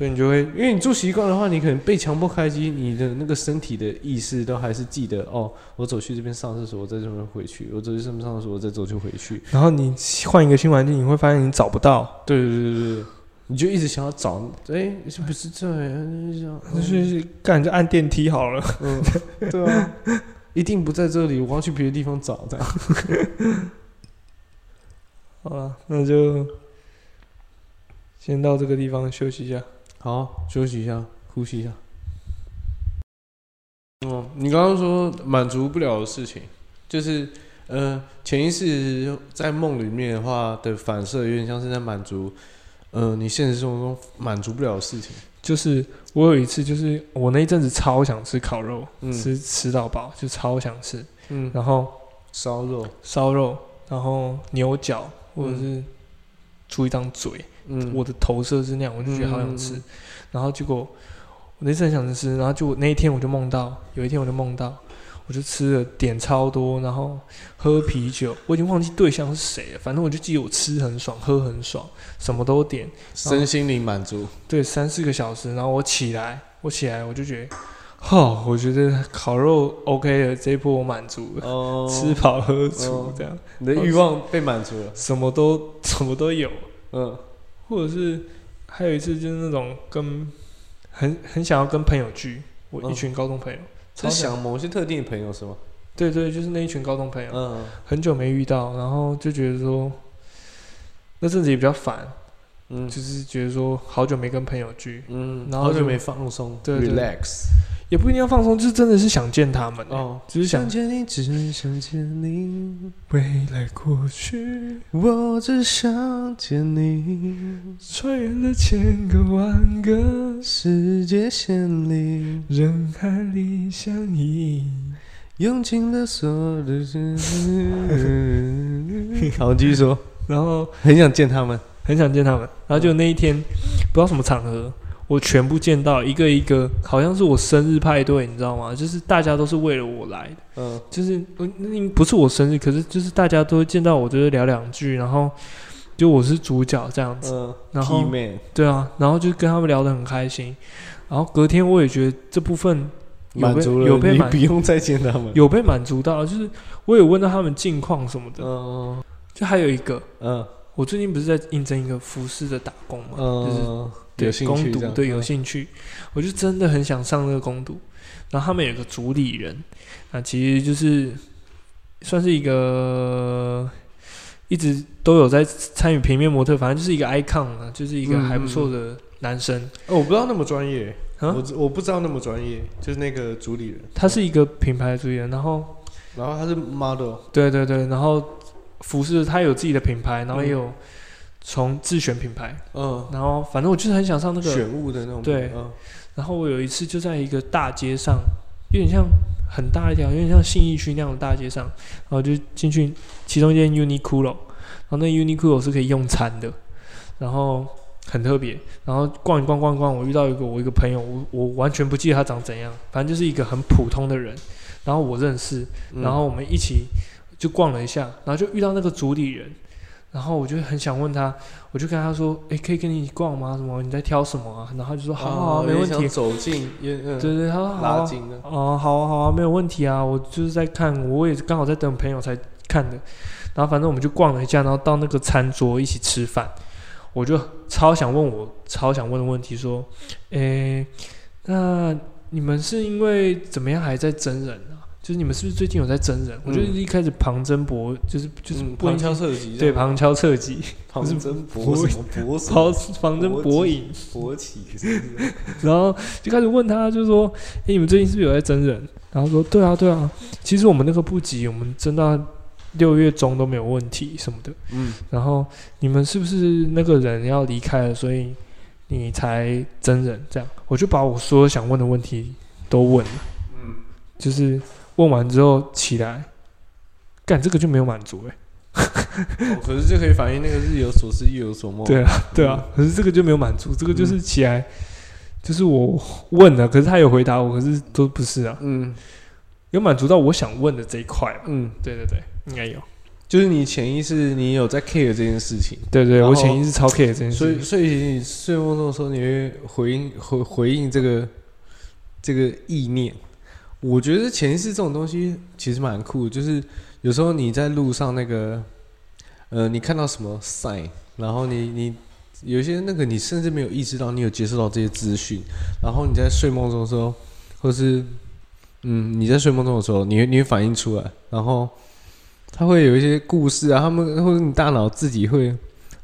所以你就会
因为你住习惯的话，你可能被强迫开机，你的那个身体的意识都还是记得哦，我走去这边上厕所，我在这边回去，我走去这边上厕所，我再走去回去。
然后你换一个新环境，你会发现你找不到，
对对对对对，你就一直想要找，哎，是不是这样？就 想
就，是干就按电梯嗯 好了。
嗯，嗯对啊，一定不在这里，我要去别的地方找的。
好了，那就先到这个地方休息一下。
好，休息一下，呼吸一下。哦，你刚刚说满足不了的事情，就是呃，潜意识在梦里面的话的反射，有点像是在满足，呃，你现实生活中满足不了的事情。
就是我有一次，就是我那一阵子超想吃烤肉，
嗯
吃吃到饱，就超想吃。
嗯，
然后
烧肉，
烧肉，然后牛角，或者是出一张嘴，
嗯，
我的投射是那样，我就觉得好想吃。
嗯
然后结果我那次很想吃，然后就那一天我就梦到，有一天我就梦到，我就吃了点超多，然后喝啤酒，我已经忘记对象是谁了，反正我就记得我吃很爽，喝很爽，什么都点，
身心灵满足，
对，三四个小时，然后我起来，我起来我就觉得哈，我觉得烤肉 OK 了，这一波我满足了，
哦
吃饱喝足
哦
这样，
你的欲望被满足了，
什么都 什么都有。
嗯，
或者是还有一次就是那种跟很很想要跟朋友聚，我一
嗯
群高中朋友，超
是
想
想某些特定的朋友是吗？
对对，就是那一群高中朋友，
嗯，
很久没遇到，然后就觉得说那阵子也比较烦，
嗯
就是觉得说好久没跟朋友聚，
嗯，
然
然
后
后
就
就没放松
对对
，relax。
也不一定要放松，就是真的是想见他们、哦，
哦，
只是想
想见你，只想见你，
未来过去，
我只想见你，
穿越了千个万个
世界线里
人海里相依。
用尽了所有的 事。好，继续说，
然后
很想见他们。
很想见他们。然后
嗯
就那一天，不知道什么场合，我全部见到一个一个，好像是我生日派对，你知道吗？就是大家都是为了我来的，
嗯
就是呃那不是我生日，可是就是大家都会见到我，就是聊两句，然后就我是主角这样子，
嗯，
然后
Key man，
对啊，然后就跟他们聊得很开心。然后隔天我也觉得这部分有
满
被
足了，
有被
你
满
不用再见他们。
有被满足到，就是我有问到他们近况什么的。
嗯
就还有一个，
嗯
我最近不是在应征一个服饰的打工嘛，就是
嗯，
对
有兴
攻
趣这
读，
样
对有
嗯
兴趣，我就真的很想上那个攻读。然后他们有个主理人，啊，其实就是算是一个一直都有在参与平面模特，反正就是一个 icon 啊，就是一个还不
嗯
错的男生。
哦，我不知道那么专业，
啊
我只我不知道那么专业，就是那个主理人，
他是一个品牌的主理人，然后
然后他是 model，
对对对，然后服饰他有自己的品牌，然后也
嗯
有从自选品牌，
嗯，
然后反正我就是很想上那个
选物的那种，
对
嗯
然后我有一次就在一个大街上，有点像很大一条，有点像信义区那样的大街上，然后就进去其中一间 Uniqlo，然后那 Uniqlo 是可以用餐的，然后很特别。然后逛一逛逛一逛，我遇到一个我一个朋友，我我完全不记得他长怎样，反正就是一个很普通的人，然后我认识，
嗯
然后我们一起就逛了一下，然后就遇到那个主理人，然后我就很想问他，我就跟他说，诶，可以跟你一起逛吗？什么你在挑什么啊？然后他就说，好好好，
哦
没
有
问
点
题
想。走近，也嗯，
对对，他说好
拉
啊，
近的，
哦，好啊好啊，没有问题啊，我就是在看，我也刚好在等朋友才看的，然后反正我们就逛了一下，然后到那个餐桌一起吃饭，我就超想问我超想问的问题，说，诶，那你们是因为怎么样还在真人啊？就是你们是不是最近有在真人？我就是一开始旁征博，就是就是
嗯
不
旁
应
敲侧击，
对，旁敲侧 击，
旁
不是
征
博
博什么博什
旁
么
旁征博引，
博起，是不是
然后就开始问他，就说：“哎、你们最近是不是有在真人？”然后说：“对啊，对啊，其实我们那个不急，我们真到六月中都没有问题什么的。
嗯，
然后你们是不是那个人要离开了，所以你才真人？这样，我就把我所有想问的问题都问了。
嗯，
就是问完之后起来，干这个就没有满足哎、
哦可是这可以反映那个日有所思，夜有所梦，
对啊，对啊，可是这个就没有满足，这个就是起来，就是我问了，可是他有回答我，可是都不是啊。”
嗯
有满足到我想问的这一块吧？
嗯，
对对对，应该有。
就是你潜意识你有在 care 这件事情。
对对，
然后
我潜意识超 care 这件
所
事
以，
情。
所以你睡梦中的时候，你会回应回回应这个这个意念。我觉得潜意识这种东西其实蛮酷的，就是有时候你在路上那个，呃，你看到什么 sign，然后你你有一些那个你甚至没有意识到你有接受到这些资讯，然后你在睡梦中的时候，或是嗯你在睡梦中的时候，你会你会反应出来，然后它会有一些故事啊，他们或者你大脑自己会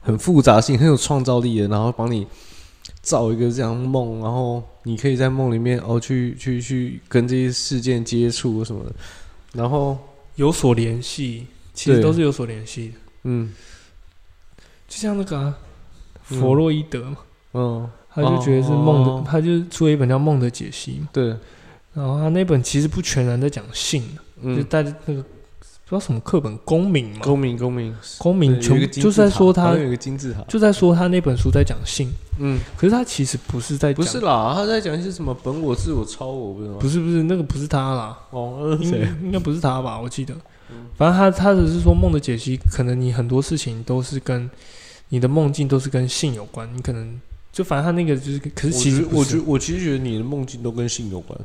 很复杂性、很有创造力的，然后帮你造一个这样梦，然后你可以在梦里面哦，去去去跟这些事件接触什么的，然后
有所联系，其实
对
都是有所联系的。
嗯
就像那个啊、
嗯
弗洛伊德嘛，
嗯，
他就觉得是梦的，
哦
他就出了一本叫《梦的解析》嘛。
对，
然后他那本其实不全然在讲性啊，就
嗯，
带着那个不知道什么课本，公民嘛，
公民公民，
公
对
民
有
全
一个
部
金
就
字
在
塔
说
好
他
像，有一个金字塔，
就在说他那本书在讲性，
嗯，
可是他其实不是在
不
讲，
是啦，他在讲一些什么本我、自我、超我，不是吗
不？是不嗯是那个不是他啦，
哦，
应
谁？
应该不是他吧？我记得
嗯，
反正他他只是说梦的解析，可能你很多事情都是跟你的梦境都是跟性有关，你可能就反正他那个就是，可是
我
其实
觉我觉
得
我其实觉得你的梦境都跟性有关，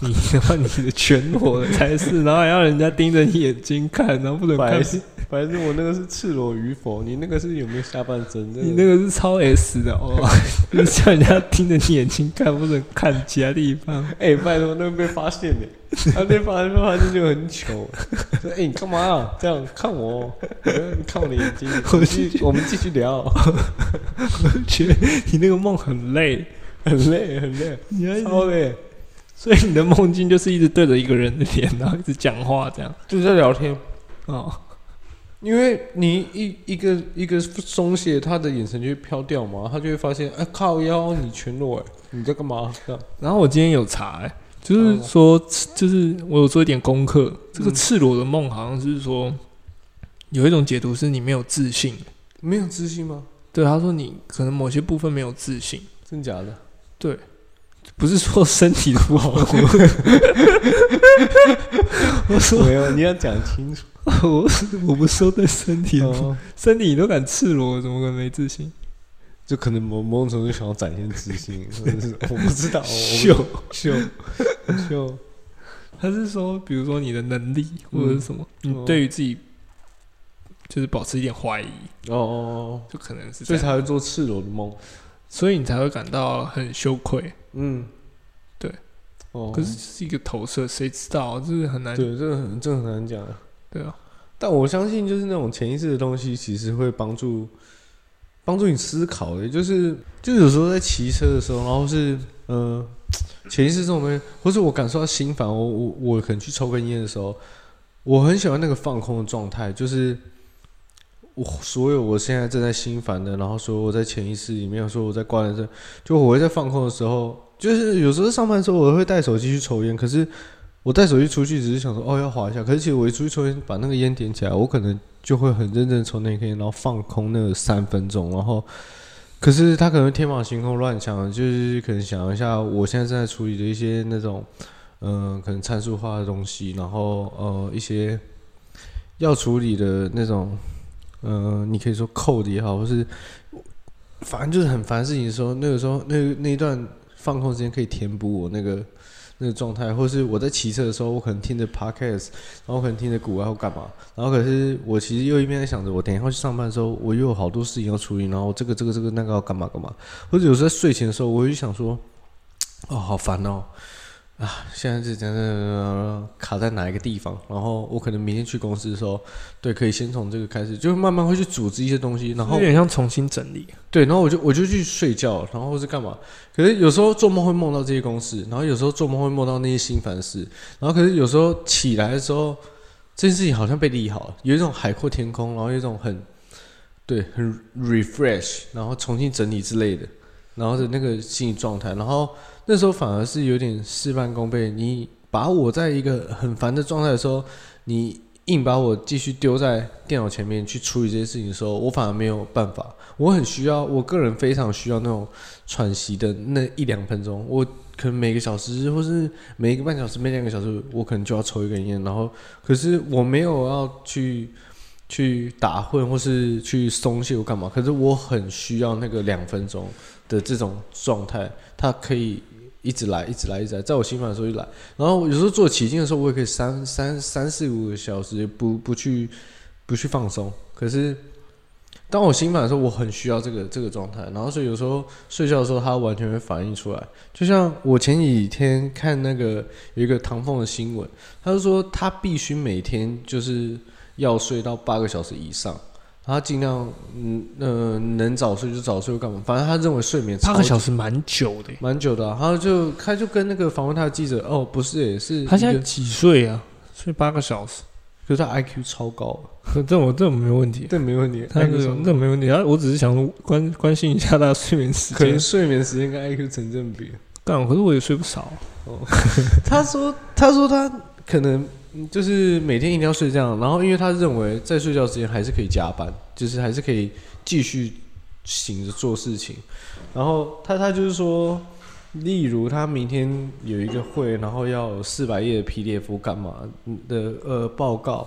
你的话，你 的全裸的才是，然后还要人家盯着你眼睛看，然后不能看
白。痴白痴，我那个是赤裸与否，你那个是有没有下半身？
你那个是超 S 的哦， 就是叫人家盯着你眼睛看，不能看其他地方。
哎、拜托，那个被发现的，他被发现被发现就很糗。说哎、你干嘛、啊、这样看我？你看我的眼睛， 我们继续我们继续聊，
觉得你那个梦很累，
很累很累，
你要一直
超累，
所以你的梦境就是一直对着一个人的脸，然后一直讲话这样。
就是在聊天。
哦，
因为你一一个一个松懈，他的眼神就会飘掉嘛，他就会发现，哎、靠腰，你全裸、哎，你在干嘛？这样
然后我今天有查、欸，就是说，就是我有做一点功课。这个
嗯
赤裸的梦好像是说，有一种解读是你没有自信。
没有自信吗？
对，他说你可能某些部分没有自信，
真假的？
不是说身体的不好。我说
没有，你要讲清 楚。
我我不是说对身体的不好，
哦
身体你都敢赤裸，怎么可能没自信？
就可能某某种程度想要展现自 信，或者是我不知
哦
道，我不知
秀
道秀秀，
他是说，比如说你的能力或者是什么，
嗯
你对于自己就是保持一点怀疑，
哦哦，
就可能是这
所以
样，
才会做赤裸的梦。
所以你才会感到很羞愧。
嗯，
对。
哦，
可是是一个投射，谁知道？就是很难。
对，这个很这个很难讲。
对啊，
但我相信，就是那种潜意识的东西，其实会帮助帮助你思考的。就是就有时候在骑车的时候，然后是嗯，呃潜意识这种东西，或是我感受到心烦，我我我可能去抽根烟的时候，我很喜欢那个放空的状态，就是我所有我现在正在心烦的，然后所有我在潜意识里面，说我在挂人生，就我会在放空的时候，就是有时候上班的时候，我会带手机去抽烟，可是。我带手机出去，只是想说哦要划一下，可是其实我一出去抽烟，把那个烟点起来，我可能就会很认真地抽那根烟，然后放空那三分钟，然后可是他可能天马行空乱想，就是可能想一下我现在正在处理的一些那种嗯、呃可能参数化的东西，然后呃一些要处理的那种呃你可以说 code 也好，或是反正就是很烦的事情的时候，那个时候那那一段放空时间可以填补我那个。那个状态，或是我在骑车的时候，我可能听着 podcast，然后我可能听着鼓啊或干嘛，然后可是我其实又一边在想着，我等一下去上班的时候，我又有好多事情要处理，然后这个这个这个那个要干嘛干嘛，或者有时候在睡前的时候，我就想说，哦，好烦哦，啊，现在是怎样怎样怎样怎样卡在哪一个地方，然后我可能明天去公司的时候，对，可以先从这个开始，就慢慢会去组织一些东西，然后
有点像重新整理。
对，然后我就我就去睡觉，然后是干嘛？可是有时候做梦会梦到这些公事，然后有时候做梦会梦到那些心烦事，然后可是有时候起来的时候，这件事情好像被理好了，有一种海阔天空，然后有一种很对很 refresh，然后重新整理之类的，然后的那个心理状态，然后那时候反而是有点事半功倍。你把我在一个很烦的状态的时候，你硬把我继续丢在电脑前面去处理这些事情的时候，我反而没有办法。我很需要，我个人非常需要那种喘息的那一两分钟。我可能每个小时，或是每一个半小时、每两个小时，我可能就要抽一根烟。然后，可是我没有要去去打混，或是去松懈或干嘛。可是我很需要那个两分钟的这种状态，它可以一直来，一直来，一直来，在我心烦的时候就来。然后有时候做起劲的时候，我也可以三三三四五个小时不不去不去放松。可是当我心烦的时候，我很需要这个这个状态，然后所以有时候睡觉的时候，它完全会反映出来。就像我前几天看那个有一个唐凤的新闻，他就说他必须每天就是要睡到八个小时以上，他尽量嗯呃能早睡就早睡，干嘛？反正他认为睡眠
八个小
时
时蛮久的欸、
蛮久的啊、他就他就跟那个访问他的记者哦，不是也是
他现
一
在
个
几岁啊？睡八个小时，
可是他 IQ 超高，
这我这我没有问题。
这没问题，
他这
IQ 超
种这没问题，他我只是想说关关心一下他的睡眠时
可能
间。
睡眠时间跟 IQ 成正比。
干，可是我也睡不少啊。
他说，他说他可能嗯就是每天一定要睡这样，然后因为他认为在睡觉之前还是可以加班，就是还是可以继续醒着做事情。然后他他就是说，例如他明天有一个会，然后要四百页的 PDF 干嘛嗯的呃报告，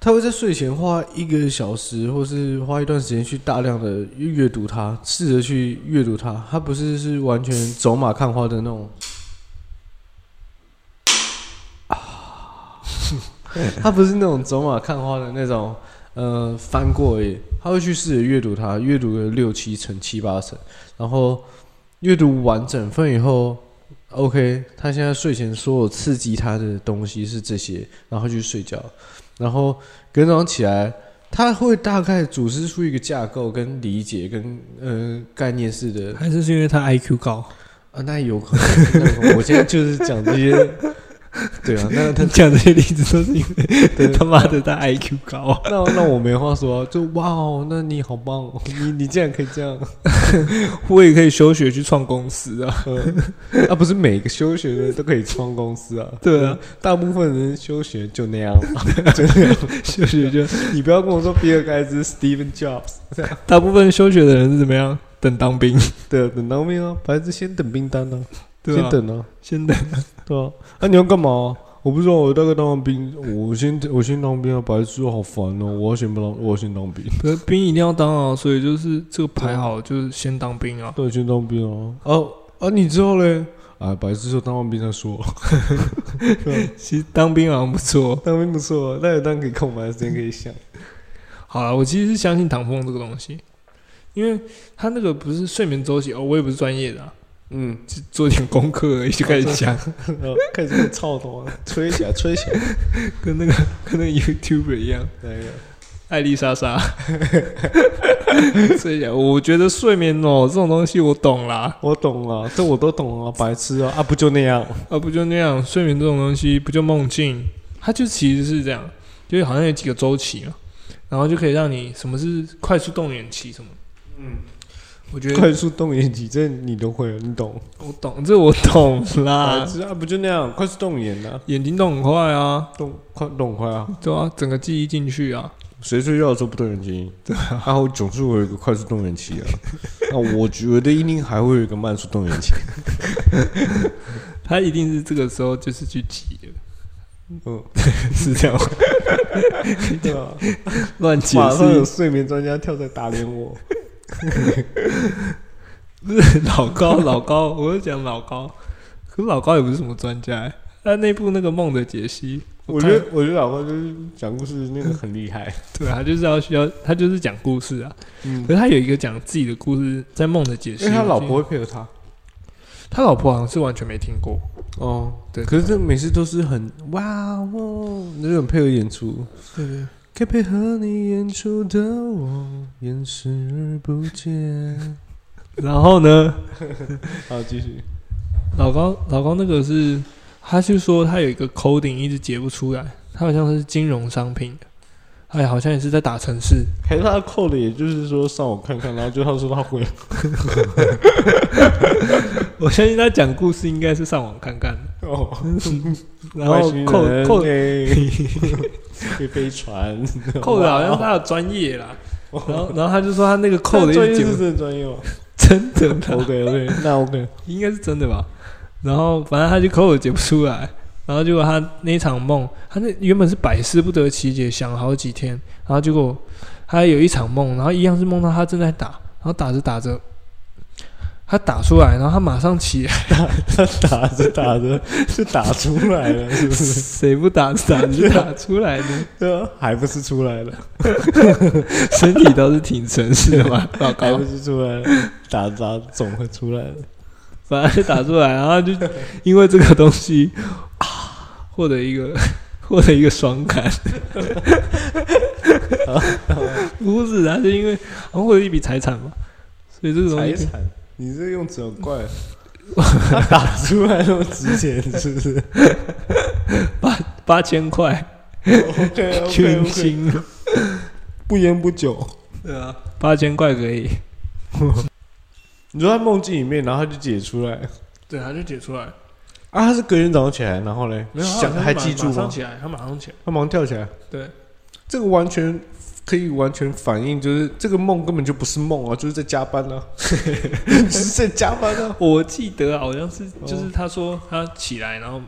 他会在睡前花一个小时，或是花一段时间去大量的阅读它，试着去阅读它。他不是是完全走马看花的那种。啊他不是那种走马看花的那种，呃，翻过而已。他会去试着阅读它，阅读个六七成、七八成，然后阅读完整份以后，OK，他现在睡前所有刺激他的东西是这些，然后去睡觉。然后隔天早上起来，他会大概组织出一个架构、跟理解、跟呃概念式的
还是是因为他 IQ 高？
啊，那有可能。那有可能我现在就是讲这些，对啊，那
他讲这些例子都是因为 他妈的他 IQ 高。
那那我没话说、啊，就哇哦，那你好棒、哦，你你竟然可以这样
我也可以休学去创公司啊。
啊！不是每个休学的都可以创公司啊，
对啊，
大部分人休学就那样嘛，就那样。
休学就
你不要跟我说比尔盖茨、Steven Jobs 这样，
大部分休学的人是怎么样？等当兵，
对啊，等当兵啊，反正先等兵单啊，
对
先
吧、
等啊，
先等，
对啊，那、你要干嘛？我不知道，我大概当完兵，我先我先当兵啊，白痴，好烦哦！我要先不当，我要先当兵，
可是兵一定要当啊，所以就是这个排好就是先当兵啊。
对，先当兵啊！哦啊，你之后嘞？啊，白痴说当完兵再说，
其实当兵好像不错。哦
当兵不错、啊，那有当给空白的时间可以想。
好了，我其实是相信唐风这个东西，因为他那个不是睡眠周期哦，我也不是专业的、啊，
嗯，
就做点功课而已就开始讲，
然后开始操头啊，吹起来，吹起来，
跟那个跟那个 YouTuber 一样。
那个。
艾丽莎莎， 所以讲我觉得睡眠哦这种东西我懂啦，
我懂了，这我都懂了，白痴啊！啊，不就那 样？
啊不就那样，睡眠这种东西不就梦境？它就其实是这样，就是好像有几个周期嘛，然后就可以让你什么是快速动眼期什么，
嗯，
我觉得
快速动眼期，这你都会，你懂？
我懂，这我懂
白
啦，
痴啊，不就那样？快速动眼啊，
眼睛动很快啊，
动快动快啊！
对啊，整个记忆进去啊，
谁睡觉的时候不动眼睛？对啊，然后总是会有一个快速动眼期 啊。那我觉得一定还会有一个慢速动眼 期。
它一定是这个时候就是去挤的，
嗯，
是这样吗
对啊，
乱解
马上有哦
释，
睡眠专家跳出来打脸我。
老高老高，我就讲老高，可是老高也不是什么专家、欸，他那部那个梦的解析，
我觉
看
得，我觉得老高就是讲故事那个很厉害。
对啊，他就是要需要他就是讲故事啊，
嗯
可，是他有一个讲自己的故事在梦的解析，
因为他老婆
我
会配合
记
他。
得他老婆好像是完全没听过，
哦，
对
可是这每次都是很哇哦，那种配合演出，
对对，
该配合你演出的我，掩视而不见。
然后呢，
好，继续。
老高，老高那个是，他是说他有一个 coding 一直解不出来，他好像是金融商品的，哎，好像也是在打城市，
还是他扣的，也就是说上网看看，然后就他说他会，
我相信他讲故事应该是上网看看的，
哦，
然后扣扣
会飞船，
扣的好像是他的专业啦，然后然后他就说他那个
扣
扣的
的专
一
业
直解
是
不，
真的专业吗
真 的啦
？OK OK，那哦 OK，
应该是真的吧，然后反正他就扣的解不出来。然后结果他那一场梦，他那原本是百思不得其解，想了好几天，然后结果他有一场梦，然后一样是梦到他正在打，然后打着打着，他打出来，然后他马上起来，
他打着打着就打出来了，是不是？
谁不打着打着就打出来呢？
对啊，还不是出来了，
身体倒是挺诚实的嘛，老
还
高
不，是出来了，打着打着总会出来的。
反正就打出来，然后 就因为这个东西啊，获得一个 获得一个爽 感。不是，他是因为好像获得一笔财产嘛，所以这个东
财
西
产，你这用词很怪，他打出来那么值钱，是 不是哦
八千块
？OK
军
OK，
薪，
不烟不酒。
对啊，八千块可以。
你说他梦境里面，然后他就解出来
对，他就解出来，
啊，他是隔天早上起来，然后嘞，
没有
想还记住
马
吗
上？起来，他马上起来，
他马上跳起来，
对，
这个完全可以完全反映，就是这个梦根本就不是梦啊，就是在加班 啊，只是在加班啊。
我记得好像是
哦
就是他说他起来，然后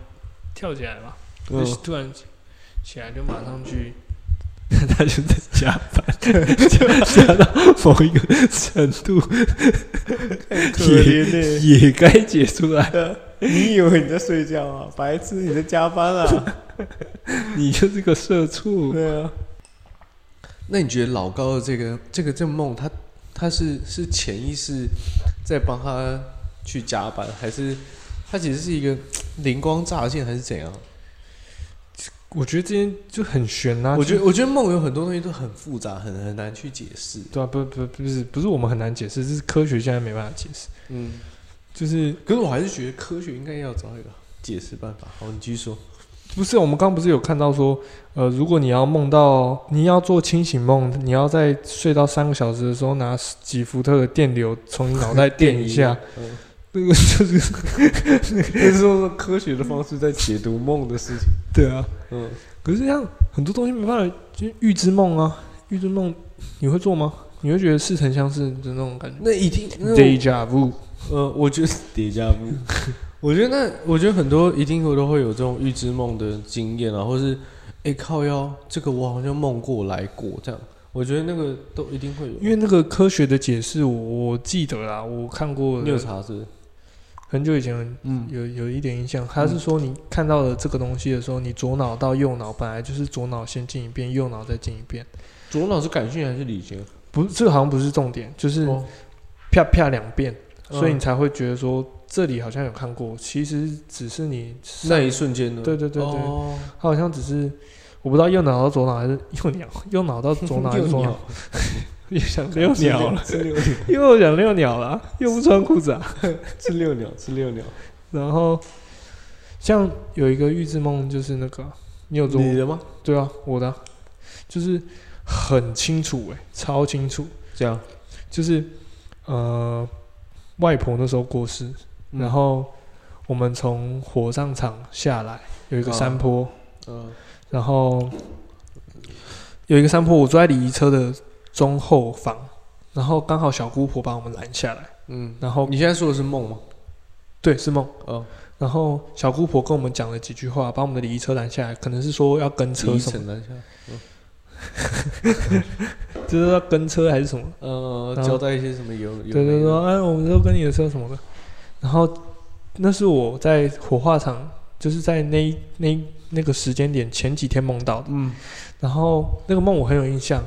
跳起来嘛，
嗯
就突然起来就马上去
他就在加班，加加到某一个程度，嗯
可
也
怜呢、
也该解出来。
你以为你在睡觉啊？白痴，你在加 班啊？
你就是个社畜，
对啊。那你觉得老高的这个这个这个梦，他他是是潜意识在帮他去加班，还是他其实是一个灵光乍现，还是怎样？
我觉得这件就很悬啦、
我觉
就
得我觉得梦有很多东西都很复杂，很很难去解释。
对啊，不不不是不是我们很难解释，这是科学现在没办法解释。
嗯，
就是
可是我还是觉得科学应该要找一个解释办法。好，你继续 说。
不是我们刚不是有看到说，呃，如果你要梦到你要做清醒梦，你要在睡到三个小时的时候拿几伏特的电流从你脑袋电一下，
嗯，
那个就是
就是用科学的方式在解读梦的事情。
对啊。
嗯，
可是这样很多东西没办法，就是预知梦啊，预知梦你会做吗？你会觉得似曾相识的那种感觉
那一定那种
，deja vu。
呃，我 觉得叠加不，我觉得那我觉得很多一定会都会有这种预知梦的经验啊，或是哎、靠腰，这个我好像梦过来过这样。我觉得那个都一定会有，
因为那个科学的解释我，我记得啦，我看过
你有查是不是？
很久以前
嗯，
有有一点印象，他是说你看到了这个东西的时候，你左脑到右脑本来就是左脑先进一遍，右脑再进一遍，
左脑是感性还是理性？
不，这个好像不是重点，就是
哦
啪啪两遍，
嗯
所以你才会觉得说这里好像有看过，其实只是你上
那一瞬间呢？
对对对对
嗯哦
它好像只是我不知道右脑到左脑还是右脑， 右脑到左脑还是左脑，又想六鸟 了，
吃六鸟，
又想六鸟了，又不穿裤子啊，
吃六鸟，吃六鸟，
然后像有一个预知梦就是那个你有做过
你的吗？
对啊，我的啊、就是很清楚哎、超清楚，
这样，
就是呃，外婆那时候过世，
嗯
然后我们从火葬场下来，有一个
啊
山坡，
嗯
然后有一个山坡，我坐在礼仪车的中后方，然后刚好小姑婆把我们拦下来，
嗯，
然后
你现在说的是梦吗？
对是梦，
哦，
然后小姑婆跟我们讲了几句话，把我们的礼仪车拦下来，可能是说要跟车
一
什么，
层南下，
就是要跟车还是什么。
呃，
然后
交代一些什么有有
对对
没
对，
的，
哎，我们都跟你的车什么的。然后那是我在火化场，就是在那一那一那个时间点前几天梦到的。
嗯
然后那个梦我很有印象，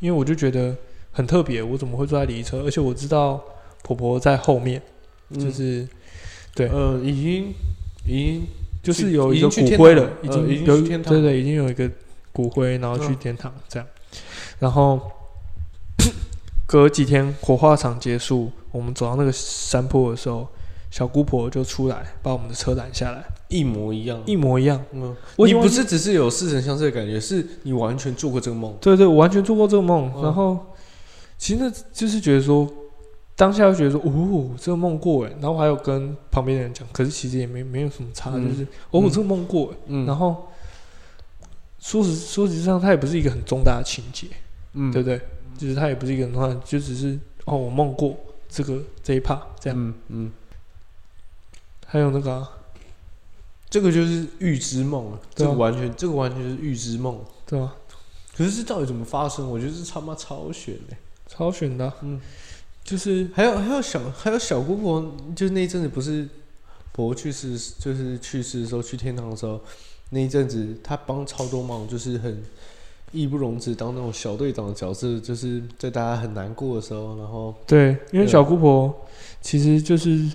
因为我就觉得很特别，我怎么会坐在礼仪车？而且我知道婆婆在后面，
嗯，
就是对
呃，已经已经
就是有一个
已经去
骨灰
天
了，
堂
已
呃
经
已经
有
去
一
天堂
对对，已经有一个骨灰，然后去
嗯
天堂这样。然后 隔几天火化场结束，我们走到那个山坡的时候，小姑婆就出来把我们的车拦下来，
一模一样，
一模一样。
嗯，
我已
你
经
不
忘记
是只是有似曾相识的感觉，是你完全做过这个梦，
对对，我完全做过这个梦。
嗯
然后其实那就是觉得说，当下就觉得说，哦，这个梦过哎。然后我还有跟旁边的人讲，可是其实也没没有什么差，
嗯
就是哦，
嗯
这个梦过哎。
嗯，
然后说实说实际上，它也不是一个很重大的情节，
嗯
对不对？就是它也不是一个很重大的，就只是哦，我梦过这个这一 part 这样。
嗯嗯，
还有那个啊、
这个就是预知梦了，这
对啊
个完全这个完全就是预知梦，
对吧？
可是这到底怎么发生？我觉得这他妈超悬的。
超选的啊、
嗯
就是
还有还有小还有小姑婆，就是那一阵子不是婆婆去世，就是去世的时候去天堂的时候，那一阵子她帮超多忙，就是很义不容辞当那种小队长的角色，就是在大家很难过的时候，然后
对，因为
对啊
小姑婆其实就是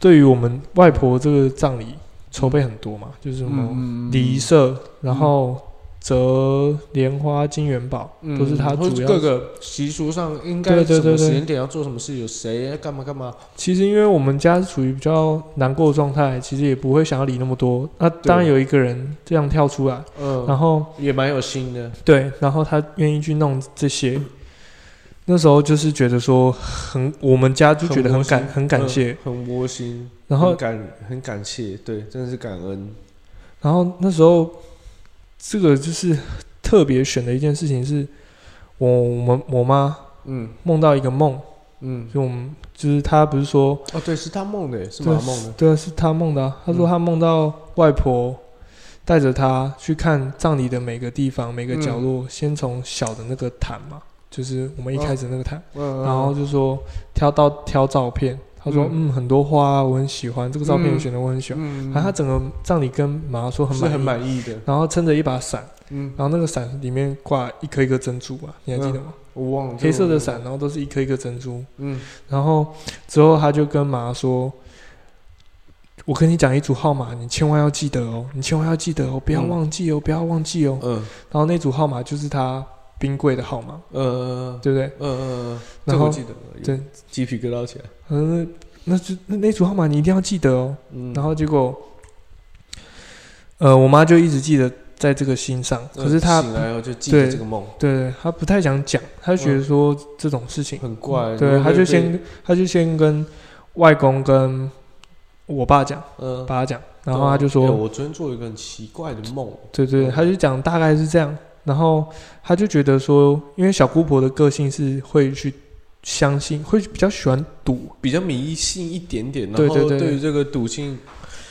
对于我们外婆这个葬礼筹备很多嘛，就是什
嗯
么礼仪社，然后折莲花、金元宝，
嗯
都是她
或
主
者
要
各个习俗上应该
对对
什
对
么
对
时间点要做什么事，有谁干嘛干嘛，
其实因为我们家是处于比较难过的状态，其实也不会想要理那么多。那当然有一个人这样跳出来，然
嗯，
后
也蛮有心的，
对，然后他愿意去弄这些。那时候就是觉得说很，我们家就觉得很感
窝心
很感
嗯
谢。
很窝心，
然后
很感很感谢，对，真的是感恩，
然后那时候这个就是特别选的一件事情是，我我们我妈
嗯
梦到一个梦，
嗯，
就我们就是她不是说
哦，对，是他梦的耶，是马梦的。
对啊，是她梦的、啊，她说她梦到外婆带着他去看葬礼的每个地方、每个角落，先从小的那个坛嘛，就是我们一开始那个坛，
嗯
然后就说挑到挑照片，他说嗯很多花啊我很喜欢，这个照片
嗯
选的我很喜欢，
嗯
然后他整个葬礼跟妈妈说很
是
满意，
很满意的，
然后撑着一把伞，
嗯，
然后那个伞里面挂一颗一颗珍珠吧，你还记得吗？
嗯我忘了
黑色的，伞，然后都是一颗一颗珍珠，
嗯
然后之后他就跟妈说。我跟你讲一组号码，你千万要记得哦，你千万要记得哦，不要
嗯
忘记哦，不要忘记哦。
嗯
然后那组号码就是他冰柜的号码，
呃
对不对？
呃呃，
然
这
后
我记得，
对，
鸡皮疙瘩起来，
嗯，那就那那组号码你一定要记得哦。
嗯，
然后结果，呃，我妈就一直记得在这个心上，
嗯
可是她
醒来后就记得
对
这个梦，
对对，她不太想讲，她觉
嗯
得说这种事情，
很怪，你
对，
会
她就
被
先她就先跟外公跟我爸讲，
嗯，
爸讲，然后她就
哎
说，
我昨天做了一个很奇怪的梦，
对对，她就讲大概是这样，然后她就觉得说，因为小姑婆的个性是会去相信，会比较喜欢赌，
比较迷信一点点，然
对
后
对对
对于这个赌性，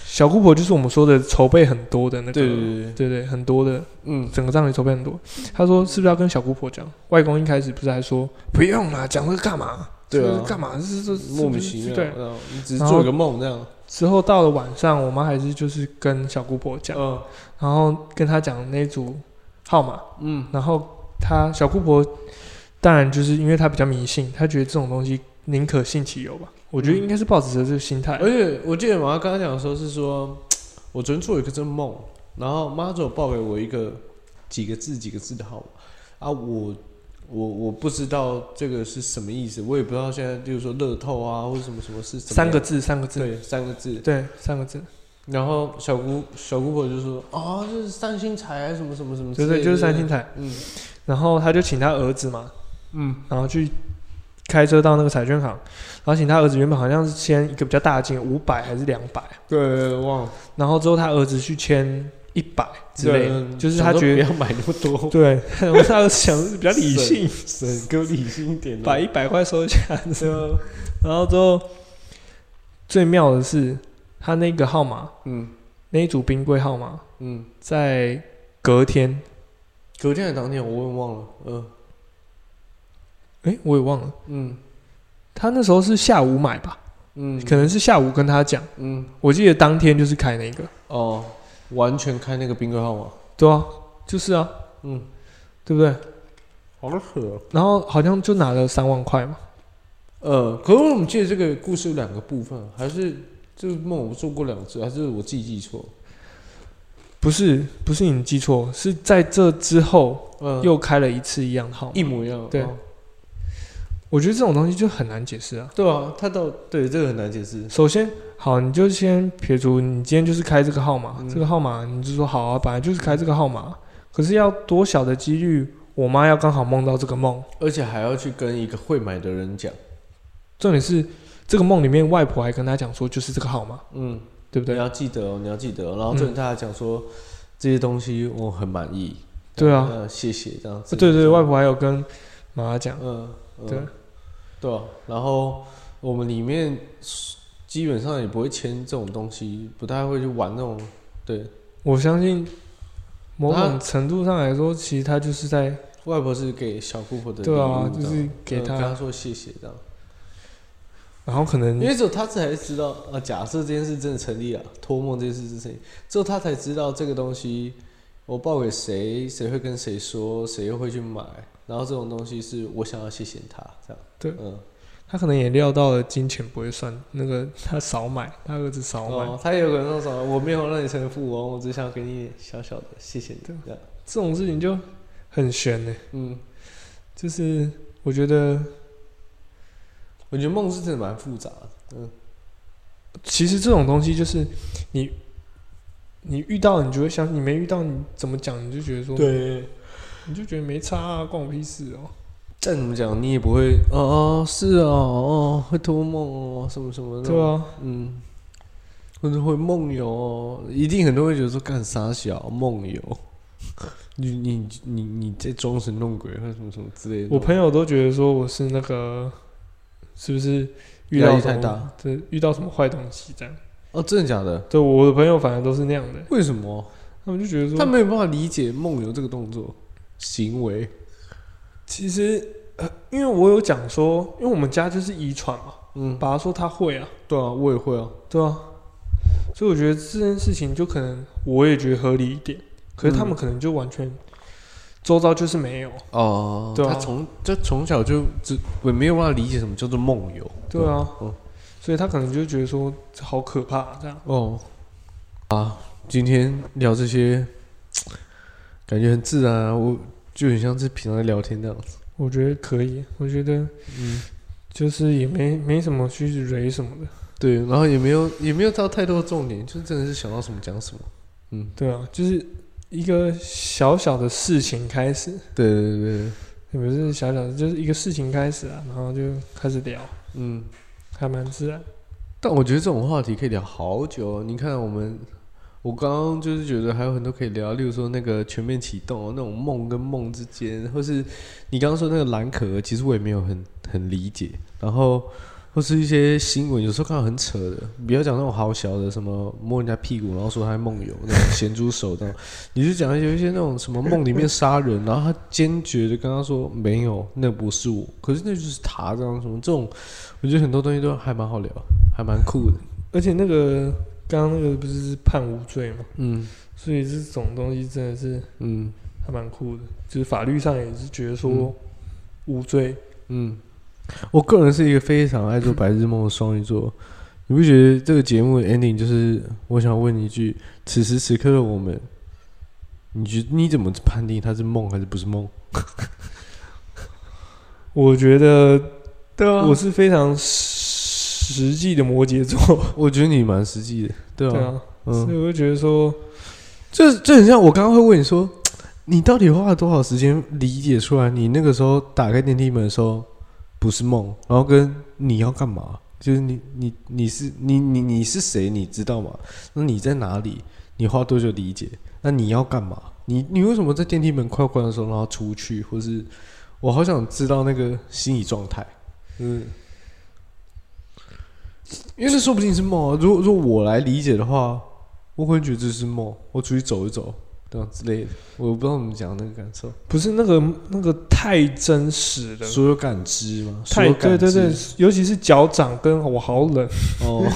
小姑婆就是我们说的筹备很多的那个，
对对对对，
对对，很多的。
嗯，
整个葬礼筹备很多。他说是不是要跟小姑婆讲？外公一开始不是还说不用啦，讲这个干嘛？
对啊
这个干嘛？这是这是
莫名其妙，啊
对。
然后你只是
然
做
后
一个梦这样，
之后到了晚上，我妈还是就是跟小姑婆讲，
嗯
然后跟她讲那组号码，
嗯
然后她小姑婆当然就是因为她比较迷信，她觉得这种东西宁可信其有吧。我觉得应该是抱持着这个心态
而，且我记得妈妈刚刚讲的时候是说，我昨天做了一个这梦，然后妈只有报给我一个几个字几个字的号码啊，我我我不知道这个是什么意思，我也不知道现在就是说乐透啊或者什么什么是什么
三个
样
字，三个字，嗯
对三个字，
对，三个字，
然后小姑小姑婆就说啊这是三星财啊什么什么什么之
对
类的，
对，就是三星彩。
嗯
然后他就请他儿子嘛，
嗯
然后去开车到那个彩券行，然后请他儿子原本好像是签一个比较大的金额，五百还是两百，
对忘了
然后之后他儿子去签一百之类的，
对
就是
想
他
说
觉得
不要买那么多，
对，然后他儿子想的是比较理性，
省给我理性一点哦，
把一百块收起来之
啊
后，然后之后最妙的是他那个号码
嗯
那一组冰柜号码
嗯，
在隔天，
隔天的当天我也忘了，嗯
哎，我也忘了，
嗯
他那时候是下午买吧，
嗯
可能是下午跟他讲，
嗯。
我记得当天就是开那个，
哦，完全开那个宾客号码，
对啊，就是啊，
嗯，
对不对？
好扯、哦。
然后好像就拿了三万块嘛。
呃，可是我们记得这个故事有两个部分，还是这个梦我做过两次，还是我自己记错？
不是，不是你记错，是在这之后
嗯，
又开了一次一样的号码。
一模一样。
对
哦
我觉得这种东西就很难解释啊。
对啊，他到对这个很难解释。
首先，好，你就先撇除你今天就是开这个号码，
嗯
这个号码你就说好啊，本来就是开这个号码，可是要多小的几率，我妈要刚好梦到这个梦。
而且还要去跟一个会买的人讲，
重点是这个梦里面，外婆还跟她讲说就是这个号码，
嗯，
对不对？
你要记得哦，你要记得、哦。然后正他还讲说、这些东西我很满意，
对啊
呃，谢谢这样子。
对对，外婆还有跟妈讲，
嗯，嗯
对
对啊、然后我们里面基本上也不会签这种东西，不太会去玩那种。对，
我相信某
那
种程度上来说，其实她就是在
外婆是给小姑婆的礼物，
对啊，就
这样
是给
嗯
他，
跟她说谢谢这样，
然后可能
因为只有她才知道啊。假设这件事真的成立了，托梦这件事真的成立，只有她才知道这个东西我报给谁，谁会跟谁说，谁又会去买。然后这种东西是我想要谢谢她这样。
对
嗯，
他可能也料到了金钱不会算，那个 他少买，他儿子少买，
哦，他也有可能说什么，我没有让你成为富翁，我只想给你小小的谢谢你
对
这样。
这种事情就很悬呢、
嗯，
就是我觉得
我觉得梦是真的蛮复杂的。嗯
其实这种东西就是你你遇到你就会想，你没遇到你怎么讲你就觉得说，，
对，
你就觉得没差啊，关我屁事哦、
再怎么讲你也不会哦哦是哦哦会托梦哦什么什么的。
对，啊，
嗯，或者会梦游哦，一定很多人会觉得说干傻小梦游。 你你你你在装神弄鬼或者什么什么之类的，
我朋友都觉得说我是那个是不是遇到
压力
什
太
么
大，
对，遇到什么坏东西这样，
哦，真的假的？
对，我的朋友反而都是那样的、
为什么？
他们就觉得说，
他没有办法理解梦游这个动作行为。
其实、呃、因为我有讲说，因为我们家就是遗传嘛，
嗯，
爸爸说他会啊，
对啊，我也会啊。
对啊，所以我觉得这件事情就可能我也觉得合理一点，可是他们
嗯
可能就完全周遭就是没有，
哦
对啊
他从就从小就只我没有办法理解什么叫做梦游。
对啊，
嗯
所以他可能就觉得说这好可怕、这样。
哦，啊，今天聊这些，感觉很自然啊，我就很像是平常在聊天那样子。
我觉得可以，我觉得
嗯，
就是也没没什么去雷什么的，
对，然后也没有也没有到太多的重点，就真的是想到什么讲什么。
对啊，就是一个小小的事情开始，
对对对对，
也不是小小的，就是一个事情开始啊，然后就开始聊，
嗯。
还蛮自然。
但我觉得这种话题可以聊好久哦、你看，我们我刚刚就是觉得还有很多可以聊，例如说那个全面启动哦那种梦跟梦之间，或是你刚刚说那个蓝壳，其实我也没有很很理解。然后或是一些新闻，有时候看到很扯的，不要讲那种好小的，什么摸人家屁股，然后说他在梦游那种咸猪手那种，你就讲有一些那种什么梦里面杀人，然后他坚决的跟他说没有，那不是我，可是那就是他这样什么这种，我觉得很多东西都还蛮好聊。还蛮酷的。
而且那个刚刚那个不是判无罪嘛，
嗯
所以这种东西真的是
嗯
还蛮酷的，就是法律上也是觉得说
嗯
无罪，
嗯，我个人是一个非常爱做白日梦的双鱼座。你不觉得这个节目的 ending 就是我想问你一句：此时此刻的我们，你觉你怎么判定它是梦还是不是梦？
我觉得
对啊
我
我
是非常实际的摩羯座，
我觉得你蛮实际的，对啊，
对啊，所以
嗯，
我就觉得说，
这这很像我刚刚会问你说，你到底花了多少时间理解出来？你那个时候打开电梯门的时候不是梦，然后跟你要干嘛？就是你你你是你你你是谁？你知道吗？那你在哪里？你花多久理解？那你要干嘛？你你为什么在电梯门快关的时候然后出去？或是我好想知道那个心理状态，嗯，因为这说不定是梦啊。如果如果我来理解的话，我可能觉得这是梦，我出去走一走，对吧、之类的。我不知道怎么讲那个感受，
不是那个那个太真实了。
所有感知嘛，所
太
有
对
感
对
知
对，尤其是脚掌跟我好冷，
哦，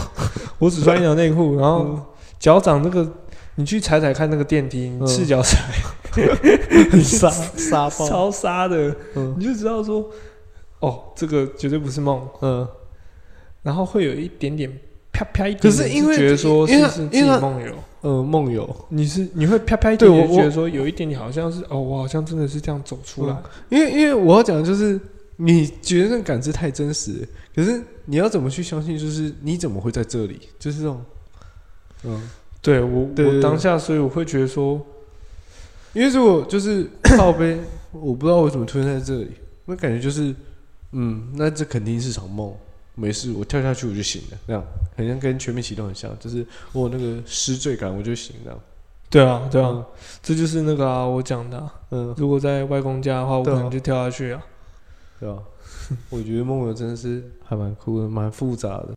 我只穿一条内裤，然后脚掌那个，你去踩踩看那个电梯，你
嗯
赤脚踩，很 沙，
沙包，
超沙的，
啊嗯
你就知道说，哦，这个绝对不是梦，
嗯，
然后会有一点点啪啪一点点，
可是因为
就觉得说是
因为
不是自
因
己
为
梦游？
呃，梦游，
你是你会啪啪一
对
点点，
我
就觉得说有一点点好像是哦，我好像真的是这样走出来，
因为因为我要讲的就是，你觉得那个感知太真实了，可是你要怎么去相信？就是你怎么会在这里？就是这种，嗯，
对我
对对
我
对
当下，所以我会觉得说，
因为如果就是靠背，我不知道为什么出现在这里，那感觉就是，嗯，那这肯定是场梦，没事，我跳下去我就醒了，那样很像跟全面启动很像，就是我有那个失醉感我就醒了，
对啊对啊
嗯，
这就是那个啊我讲的啊、
嗯，
如果在外公家的话，我可
对啊
能就跳下去啊。
对吧？我觉得梦游真的是还蛮酷的，蛮复杂的。